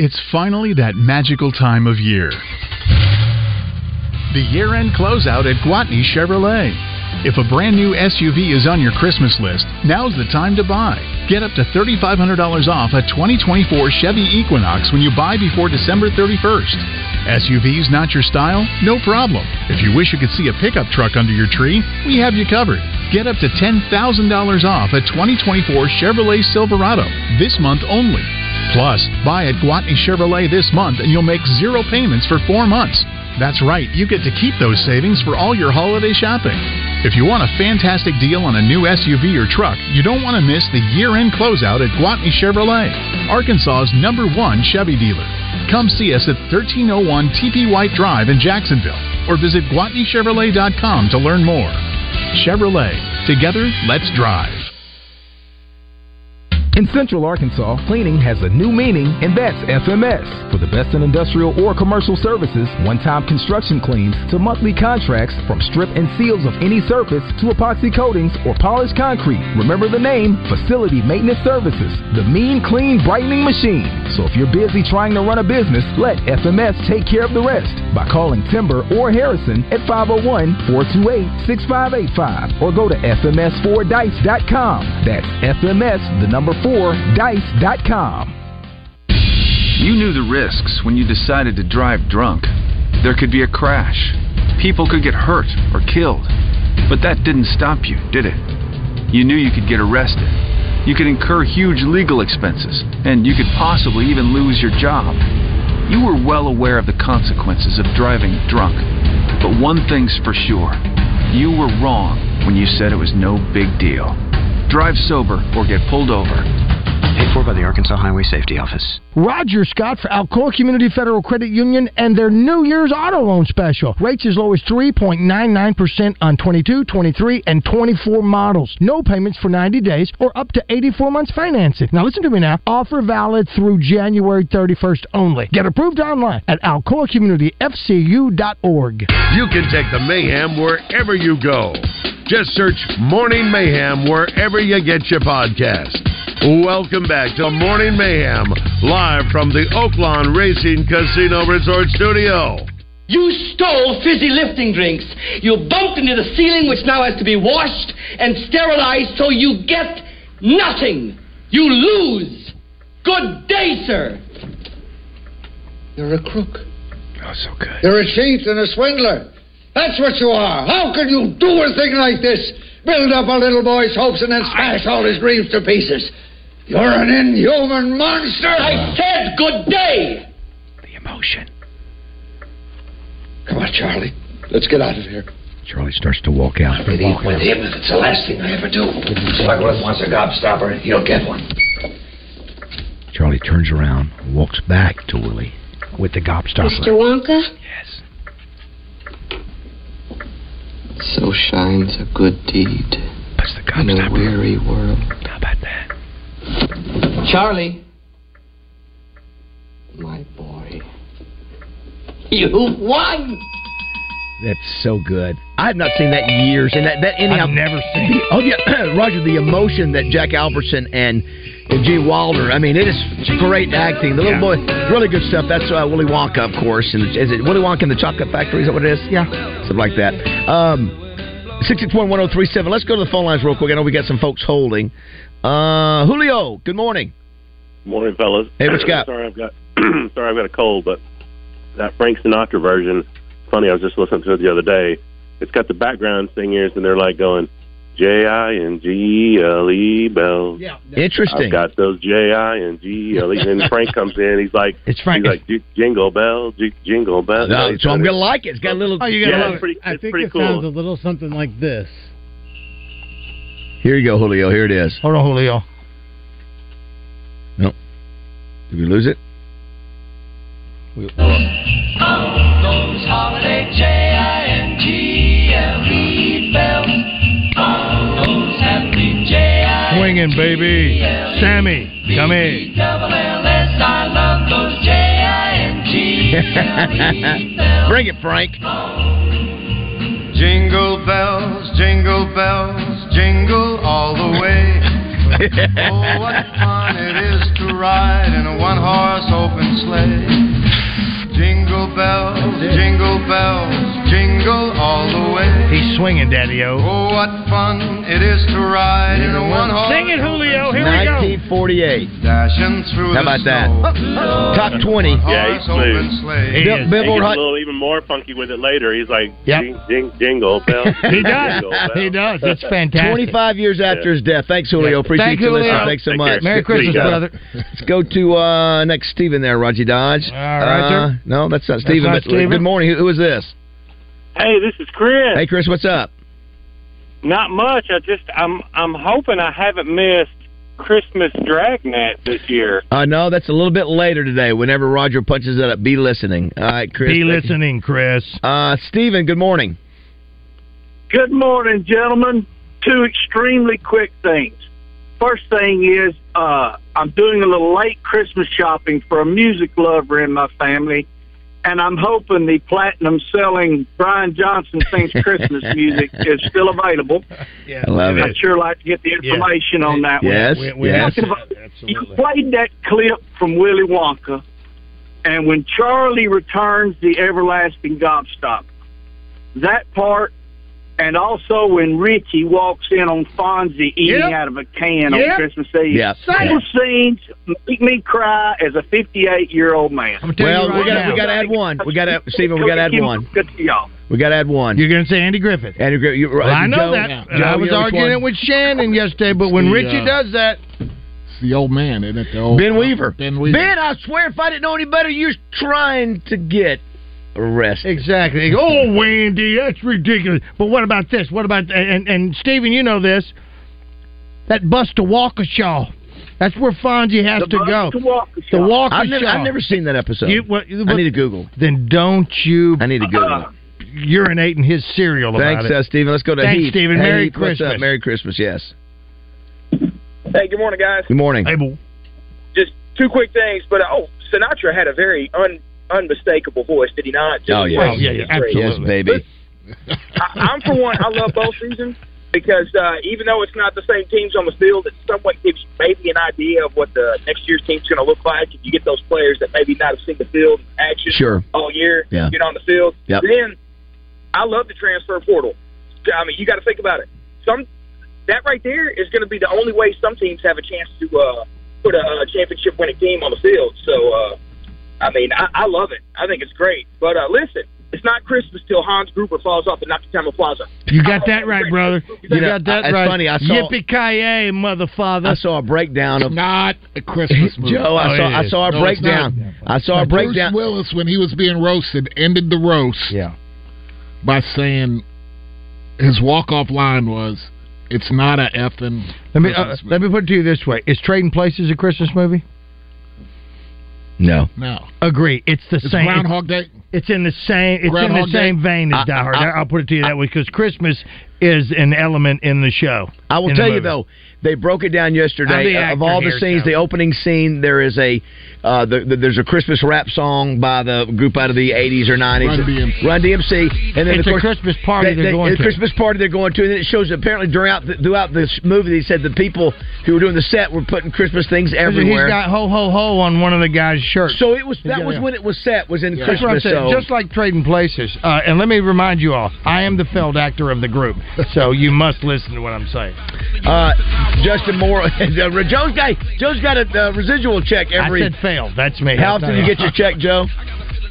Speaker 22: It's finally that magical time of year. The year end closeout at Guatney Chevrolet. If a brand new SUV is on your Christmas list, now's the time to buy. Get up to $3,500 off a 2024 Chevy Equinox when you buy before December 31st. SUVs not your style? No problem. If you wish you could see a pickup truck under your tree, we have you covered. Get up to $10,000 off a 2024 Chevrolet Silverado this month only. Plus, buy at Guatney Chevrolet this month and you'll make zero payments for four months. That's right, you get to keep those savings for all your holiday shopping. If you want a fantastic deal on a new SUV or truck, you don't want to miss the year end closeout at Guatney Chevrolet, Arkansas's number one Chevy dealer. Come see us at 1301 TP White Drive in Jacksonville or visit GuatneyChevrolet.com to learn more. Chevrolet, together, let's drive.
Speaker 23: In Central Arkansas, cleaning has a new meaning, and that's FMS. For the best in industrial or commercial services, one time construction cleans to monthly contracts from strip and seals of any surface to epoxy coatings or polished concrete. Remember the name Facility Maintenance Services, the mean, clean, brightening machine. So if you're busy trying to run a business, let FMS take care of the rest by calling Timber or Harrison at 501 428 6585 or go to FMS4Dice.com. That's FMS, the number 4, Dice.com.
Speaker 24: You knew the risks when you decided to drive drunk. There could be a crash. People could get hurt or killed. But that didn't stop you, did it? You knew you could get arrested. You could incur huge legal expenses, and you could possibly even lose your job. You were well aware of the consequences of driving drunk. But one thing's for sure you were wrong when you said it was no big deal. Drive sober or get pulled over.
Speaker 20: Paid for by the Arkansas Highway Safety Office.
Speaker 6: Roger Scott for Alcoa Community Federal Credit Union and their New Year's Auto Loan Special. Rates as low as 3.99% on 22, 23, and 24 models. No payments for 90 days or up to 84 months financing. Now listen to me now. Offer valid through January 31st only. Get approved online at alcoacommunityfcu.org.
Speaker 5: You can take the mayhem wherever you go. Just search Morning Mayhem wherever you get your podcast. Welcome back to Morning Mayhem, live from the Oaklawn Racing Casino Resort Studio.
Speaker 1: You stole fizzy lifting drinks. You bumped into the ceiling, which now has to be washed and sterilized, so you get nothing. You lose. Good day, sir.
Speaker 25: You're a crook.
Speaker 1: Oh, so good.
Speaker 25: You're a cheat and a swindler. That's what you are. How can you do a thing like this? Build up a little boy's hopes and then smash all his dreams to pieces. You're an inhuman monster.
Speaker 1: I said good day.
Speaker 25: The emotion. Come on, Charlie. Let's get out of here.
Speaker 6: Charlie starts to walk out.
Speaker 25: With him, with him, if it's the last thing I ever do. If Sparkles wants a gobstopper, he'll get one.
Speaker 6: Charlie turns around, and walks back to Willie with the gobstopper.
Speaker 26: Mr. Wonka? So shines a good deed in a weary world. How about that?
Speaker 1: Charlie.
Speaker 26: My boy.
Speaker 1: You won.
Speaker 3: That's so good. I've not seen that in years, and that that anyhow, I've never seen. oh yeah, <clears throat> Roger, the emotion that Jack Albertson and, and Gene Wilder. I mean, it is great acting. The little boy, really good stuff. That's uh, Willy Wonka, of course, and is it Willy Wonka and the Chocolate Factory? Is that what it is? Yeah, something like that. Um, six six one one zero three seven. Let's go to the phone lines real quick. I know we got some folks holding. Uh, Julio, good morning.
Speaker 27: Morning, fellas.
Speaker 3: Hey,
Speaker 27: <clears throat>
Speaker 3: what you got?
Speaker 27: sorry, I've got sorry, I've got a cold, but that Frank Sinatra version. Funny, I was just listening to it the other day. It's got the background singers, and they're like going J I N G L E bells. Yeah,
Speaker 3: Interesting.
Speaker 27: I've got those J I N G L E. And then Frank comes in. He's like,
Speaker 3: <laughs> It's Frank.
Speaker 27: He's like "J- jingle bell, j- jingle bell.
Speaker 3: No, so I'm gonna like it. It's got a little.
Speaker 7: Oh, you're gonna
Speaker 27: Yeah,
Speaker 7: love
Speaker 27: it's pretty-
Speaker 7: it. I
Speaker 27: it's
Speaker 7: think
Speaker 27: pretty
Speaker 7: it
Speaker 27: cool.
Speaker 7: sounds a little something like this.
Speaker 3: Here you go, Julio. Here it is.
Speaker 28: Hold on, Julio.
Speaker 3: Nope. Did we lose it? We,
Speaker 28: Oh,
Speaker 1: Those holiday J-I-N-G-L-E bells. E Those happy
Speaker 28: Swinging, baby. Sammy, come in.
Speaker 25: <laughs>
Speaker 1: J-I-L-L-S. I love those J-I-N-G-L-E bells.
Speaker 3: Bring it, Frank.
Speaker 10: Jingle bells, jingle bells, jingle all the way.
Speaker 1: E.
Speaker 6: <laughs>
Speaker 10: oh, what fun it is to ride in a one horse open sleigh. Jingle bells, jingle bells, jingle all the way.
Speaker 28: He's swinging, Daddy O.
Speaker 10: Oh, what fun it is to ride in a one horse.
Speaker 28: Sing it, Julio. Here we go.
Speaker 3: 1948.
Speaker 10: Dashing through
Speaker 3: How
Speaker 10: the
Speaker 3: about that?
Speaker 10: snow.
Speaker 3: Top 20.
Speaker 27: Yeah, he's smooth.
Speaker 3: He Bill- is. Billboard
Speaker 27: he
Speaker 3: Hot- <laughs>
Speaker 27: gets a little even more funky with it later. He's like,
Speaker 3: Yep.
Speaker 27: jing, jing, jingle bell.
Speaker 3: <laughs> He does.
Speaker 27: jingle bell.
Speaker 28: <laughs> He
Speaker 27: <laughs>
Speaker 28: does. It's fantastic.
Speaker 3: 25 years after his death. Thanks, Julio.
Speaker 28: Yeah.
Speaker 3: Appreciate you
Speaker 28: Thank you,
Speaker 3: listening.
Speaker 28: Julio.
Speaker 3: Thanks so
Speaker 28: Take
Speaker 3: much.
Speaker 28: care. Merry Christmas,
Speaker 3: See ya.
Speaker 28: brother.
Speaker 3: Let's go to uh, next Stephen there, Roger Dodge. All
Speaker 27: right,
Speaker 3: uh,
Speaker 27: sir.
Speaker 3: No, that's not
Speaker 27: That's
Speaker 3: Stephen.
Speaker 27: not
Speaker 3: but uh,
Speaker 27: Stephen.
Speaker 3: Good morning. Who, who is this?
Speaker 27: Hey, this is Chris.
Speaker 3: Hey, Chris, what's up?
Speaker 27: Not much. I just I'm I'm hoping I haven't missed Christmas Dragnet this year.
Speaker 3: Uh, no, that's a little bit later today. Whenever Roger punches it up, be listening. All right, Chris.
Speaker 28: Be
Speaker 3: thank you.
Speaker 28: listening, Chris.
Speaker 3: Uh, Stephen, good morning.
Speaker 29: Good morning, gentlemen. Two extremely quick things. first thing is uh, I'm doing a little late Christmas shopping for a music lover in my family, and I'm hoping the platinum selling Brian Johnson sings
Speaker 3: <laughs>
Speaker 29: Christmas music is still available.
Speaker 3: Yeah. I love
Speaker 29: I'd
Speaker 3: it.
Speaker 29: sure like to get the information on that
Speaker 3: Yes,
Speaker 29: one.
Speaker 3: yes.
Speaker 29: Second of all, You played that clip from Willy Wonka, and when Charlie returns the everlasting gobstopper, that part, and also when Richie walks in on Fonzie eating
Speaker 3: Yep.
Speaker 29: out of a can
Speaker 3: Yep.
Speaker 29: on Christmas Eve,
Speaker 3: Yep.
Speaker 29: those scenes make me cry as a 58 year old man.
Speaker 3: Well, we got to we got to add one. We got to Stephen. We got to add one.
Speaker 29: Good to y'all.
Speaker 3: We got to add one. You're
Speaker 6: going to say Andy Griffith.
Speaker 3: Andy Griffith. You, uh,
Speaker 6: I know
Speaker 3: Joe-
Speaker 6: that.
Speaker 3: Joe,
Speaker 6: And I was
Speaker 3: you know which
Speaker 6: arguing
Speaker 3: one?
Speaker 6: it with Shannon yesterday, but when
Speaker 3: the,
Speaker 6: Richie
Speaker 3: uh,
Speaker 6: does that,
Speaker 8: It's the old man, isn't it? The old
Speaker 3: Ben Weaver.
Speaker 8: Ben Weaver.
Speaker 3: Ben, I swear, if I didn't know any better, you're trying to get arrested.
Speaker 6: Exactly. Oh, Wendy, that's ridiculous. But what about this? What about and and Steven, you know this. That bus to Waukesha. That's where Fonzie has to go. The Waukesha.
Speaker 3: I've never, I've never seen that episode.
Speaker 6: You- what-
Speaker 3: I
Speaker 6: what-
Speaker 3: need to Google.
Speaker 6: Then don't you?
Speaker 3: I need to Google.
Speaker 6: <laughs>
Speaker 3: it.
Speaker 6: urinating his cereal about
Speaker 3: Thanks,
Speaker 6: it.
Speaker 3: uh, Stephen. Let's go to
Speaker 6: Thanks,
Speaker 3: Heath.
Speaker 6: Stephen.
Speaker 3: Hey,
Speaker 6: Merry
Speaker 3: Heath, what's up?
Speaker 6: Christmas.
Speaker 3: Merry Christmas. Yes.
Speaker 9: Hey, good morning, guys.
Speaker 3: Good morning.
Speaker 9: Just two quick things, but oh, Sinatra had a very un, unmistakable voice, did he not? Just
Speaker 3: Oh yes.
Speaker 9: great.
Speaker 3: Yes, baby.
Speaker 9: I, I'm for one, I love both seasons because uh, even though it's not the same teams on the field, it somewhat gives you maybe an idea of what the next year's team's going to look like. If you get those players that maybe not have seen the field in action
Speaker 3: Sure.
Speaker 9: all year,
Speaker 3: Yeah.
Speaker 9: get on the field.
Speaker 3: Yep.
Speaker 9: Then I love the transfer portal. I mean, you got to think about it. Some that right there is going to be the only way some teams have a chance to uh, put a, uh championship winning team on the field. So, uh, I mean, I, I love it. I think it's great. But uh, listen, it's not Christmas till Hans Gruber falls off the Nakatomi Plaza.
Speaker 6: You got that right, brother. You,
Speaker 9: know,
Speaker 6: got that
Speaker 9: it's
Speaker 6: right.
Speaker 9: funny, I saw-
Speaker 6: Yippee ki mother father.
Speaker 3: I saw a breakdown of
Speaker 8: not a Christmas movie.
Speaker 3: Joe, I
Speaker 8: Oh,
Speaker 3: saw
Speaker 8: it
Speaker 3: I
Speaker 8: is.
Speaker 3: saw a
Speaker 8: No, it's
Speaker 3: breakdown. I saw
Speaker 8: Now,
Speaker 3: a breakdown.
Speaker 8: Bruce Willis, when he was being roasted, ended the roast.
Speaker 3: Yeah.
Speaker 8: By saying his walk-off line was, "It's not a effing."
Speaker 6: Let me uh, let me put it to you this way: Is Trading Places a Christmas movie?
Speaker 3: No.
Speaker 8: No.
Speaker 6: Agree. It's the
Speaker 8: It's
Speaker 6: same.
Speaker 8: Groundhog Day.
Speaker 6: It's in the same. It's in
Speaker 8: Groundhog
Speaker 6: the same
Speaker 8: Day.
Speaker 6: vein as Die Hard. I, will put it to you that way because Christmas is an element in the show.
Speaker 3: I will
Speaker 6: in the
Speaker 3: tell you
Speaker 6: movie.
Speaker 3: though, they broke it down
Speaker 6: I'm the
Speaker 3: yesterday. Of
Speaker 6: actor
Speaker 3: all the
Speaker 6: here,
Speaker 3: scenes,
Speaker 6: Joe.
Speaker 3: the opening scene, there is a uh, the, the, there's a Christmas rap song by the group out of the 80s or 90s,
Speaker 8: Run DMC.
Speaker 3: Run DMC, and then
Speaker 8: It's a
Speaker 3: of course,
Speaker 8: Christmas party
Speaker 3: they-
Speaker 8: they're
Speaker 3: they-
Speaker 8: going
Speaker 3: the
Speaker 8: to.
Speaker 3: Christmas party they're going to, and then it shows apparently throughout the, throughout this movie they said the people who were doing the set were putting Christmas things everywhere.
Speaker 6: He's got ho ho ho on one of the guy's shirts.
Speaker 3: So it was that was when it was set was in Christmas.
Speaker 6: That's what I'm saying.
Speaker 3: so
Speaker 6: Just like trading places. Uh, and let me remind you all, I am the failed actor of the group, so you must listen to what I'm saying.
Speaker 3: Uh, Justin Moore, <laughs> Joe's got Joe's got a uh, residual check every.
Speaker 6: I said failed. That's me.
Speaker 3: How often do you get your
Speaker 6: <laughs>
Speaker 3: check, Joe?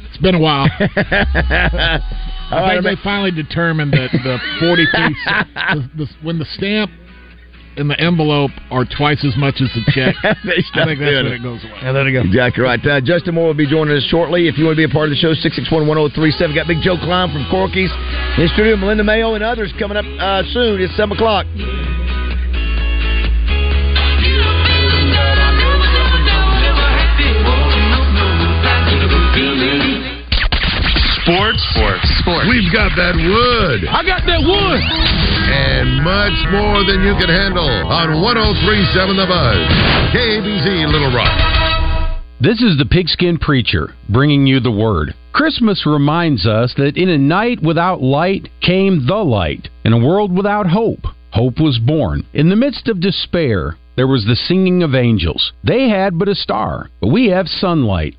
Speaker 8: It's been a while.
Speaker 3: <laughs> All
Speaker 8: I
Speaker 3: right,
Speaker 8: think
Speaker 3: I'm-
Speaker 8: they finally determined that the
Speaker 3: <laughs>
Speaker 8: 43 cents, the, the, when the stamp and the envelope are twice as much as the
Speaker 3: <laughs>
Speaker 8: check, I think that's
Speaker 3: doing
Speaker 8: when
Speaker 3: it.
Speaker 8: it goes away.
Speaker 6: Yeah, there you go.
Speaker 3: Exactly right. Uh, Justin Moore will be joining us shortly. If you want to be a part of the show, 661 1037. Got Big Joe Klein from Corky's in studio, Melinda Mayo and others coming up uh, soon. It's 7 o'clock.
Speaker 5: Sports. Sports. Sports. We've got that wood. I got that wood. And much more than you can handle on 1037 The Buzz. KBZ Little Rock.
Speaker 10: This is the Pigskin Preacher bringing you the word. Christmas reminds us that in a night without light came the light. In a world without hope, hope was born. In the midst of despair, there was the singing of angels. They had but a star, but we have sunlight.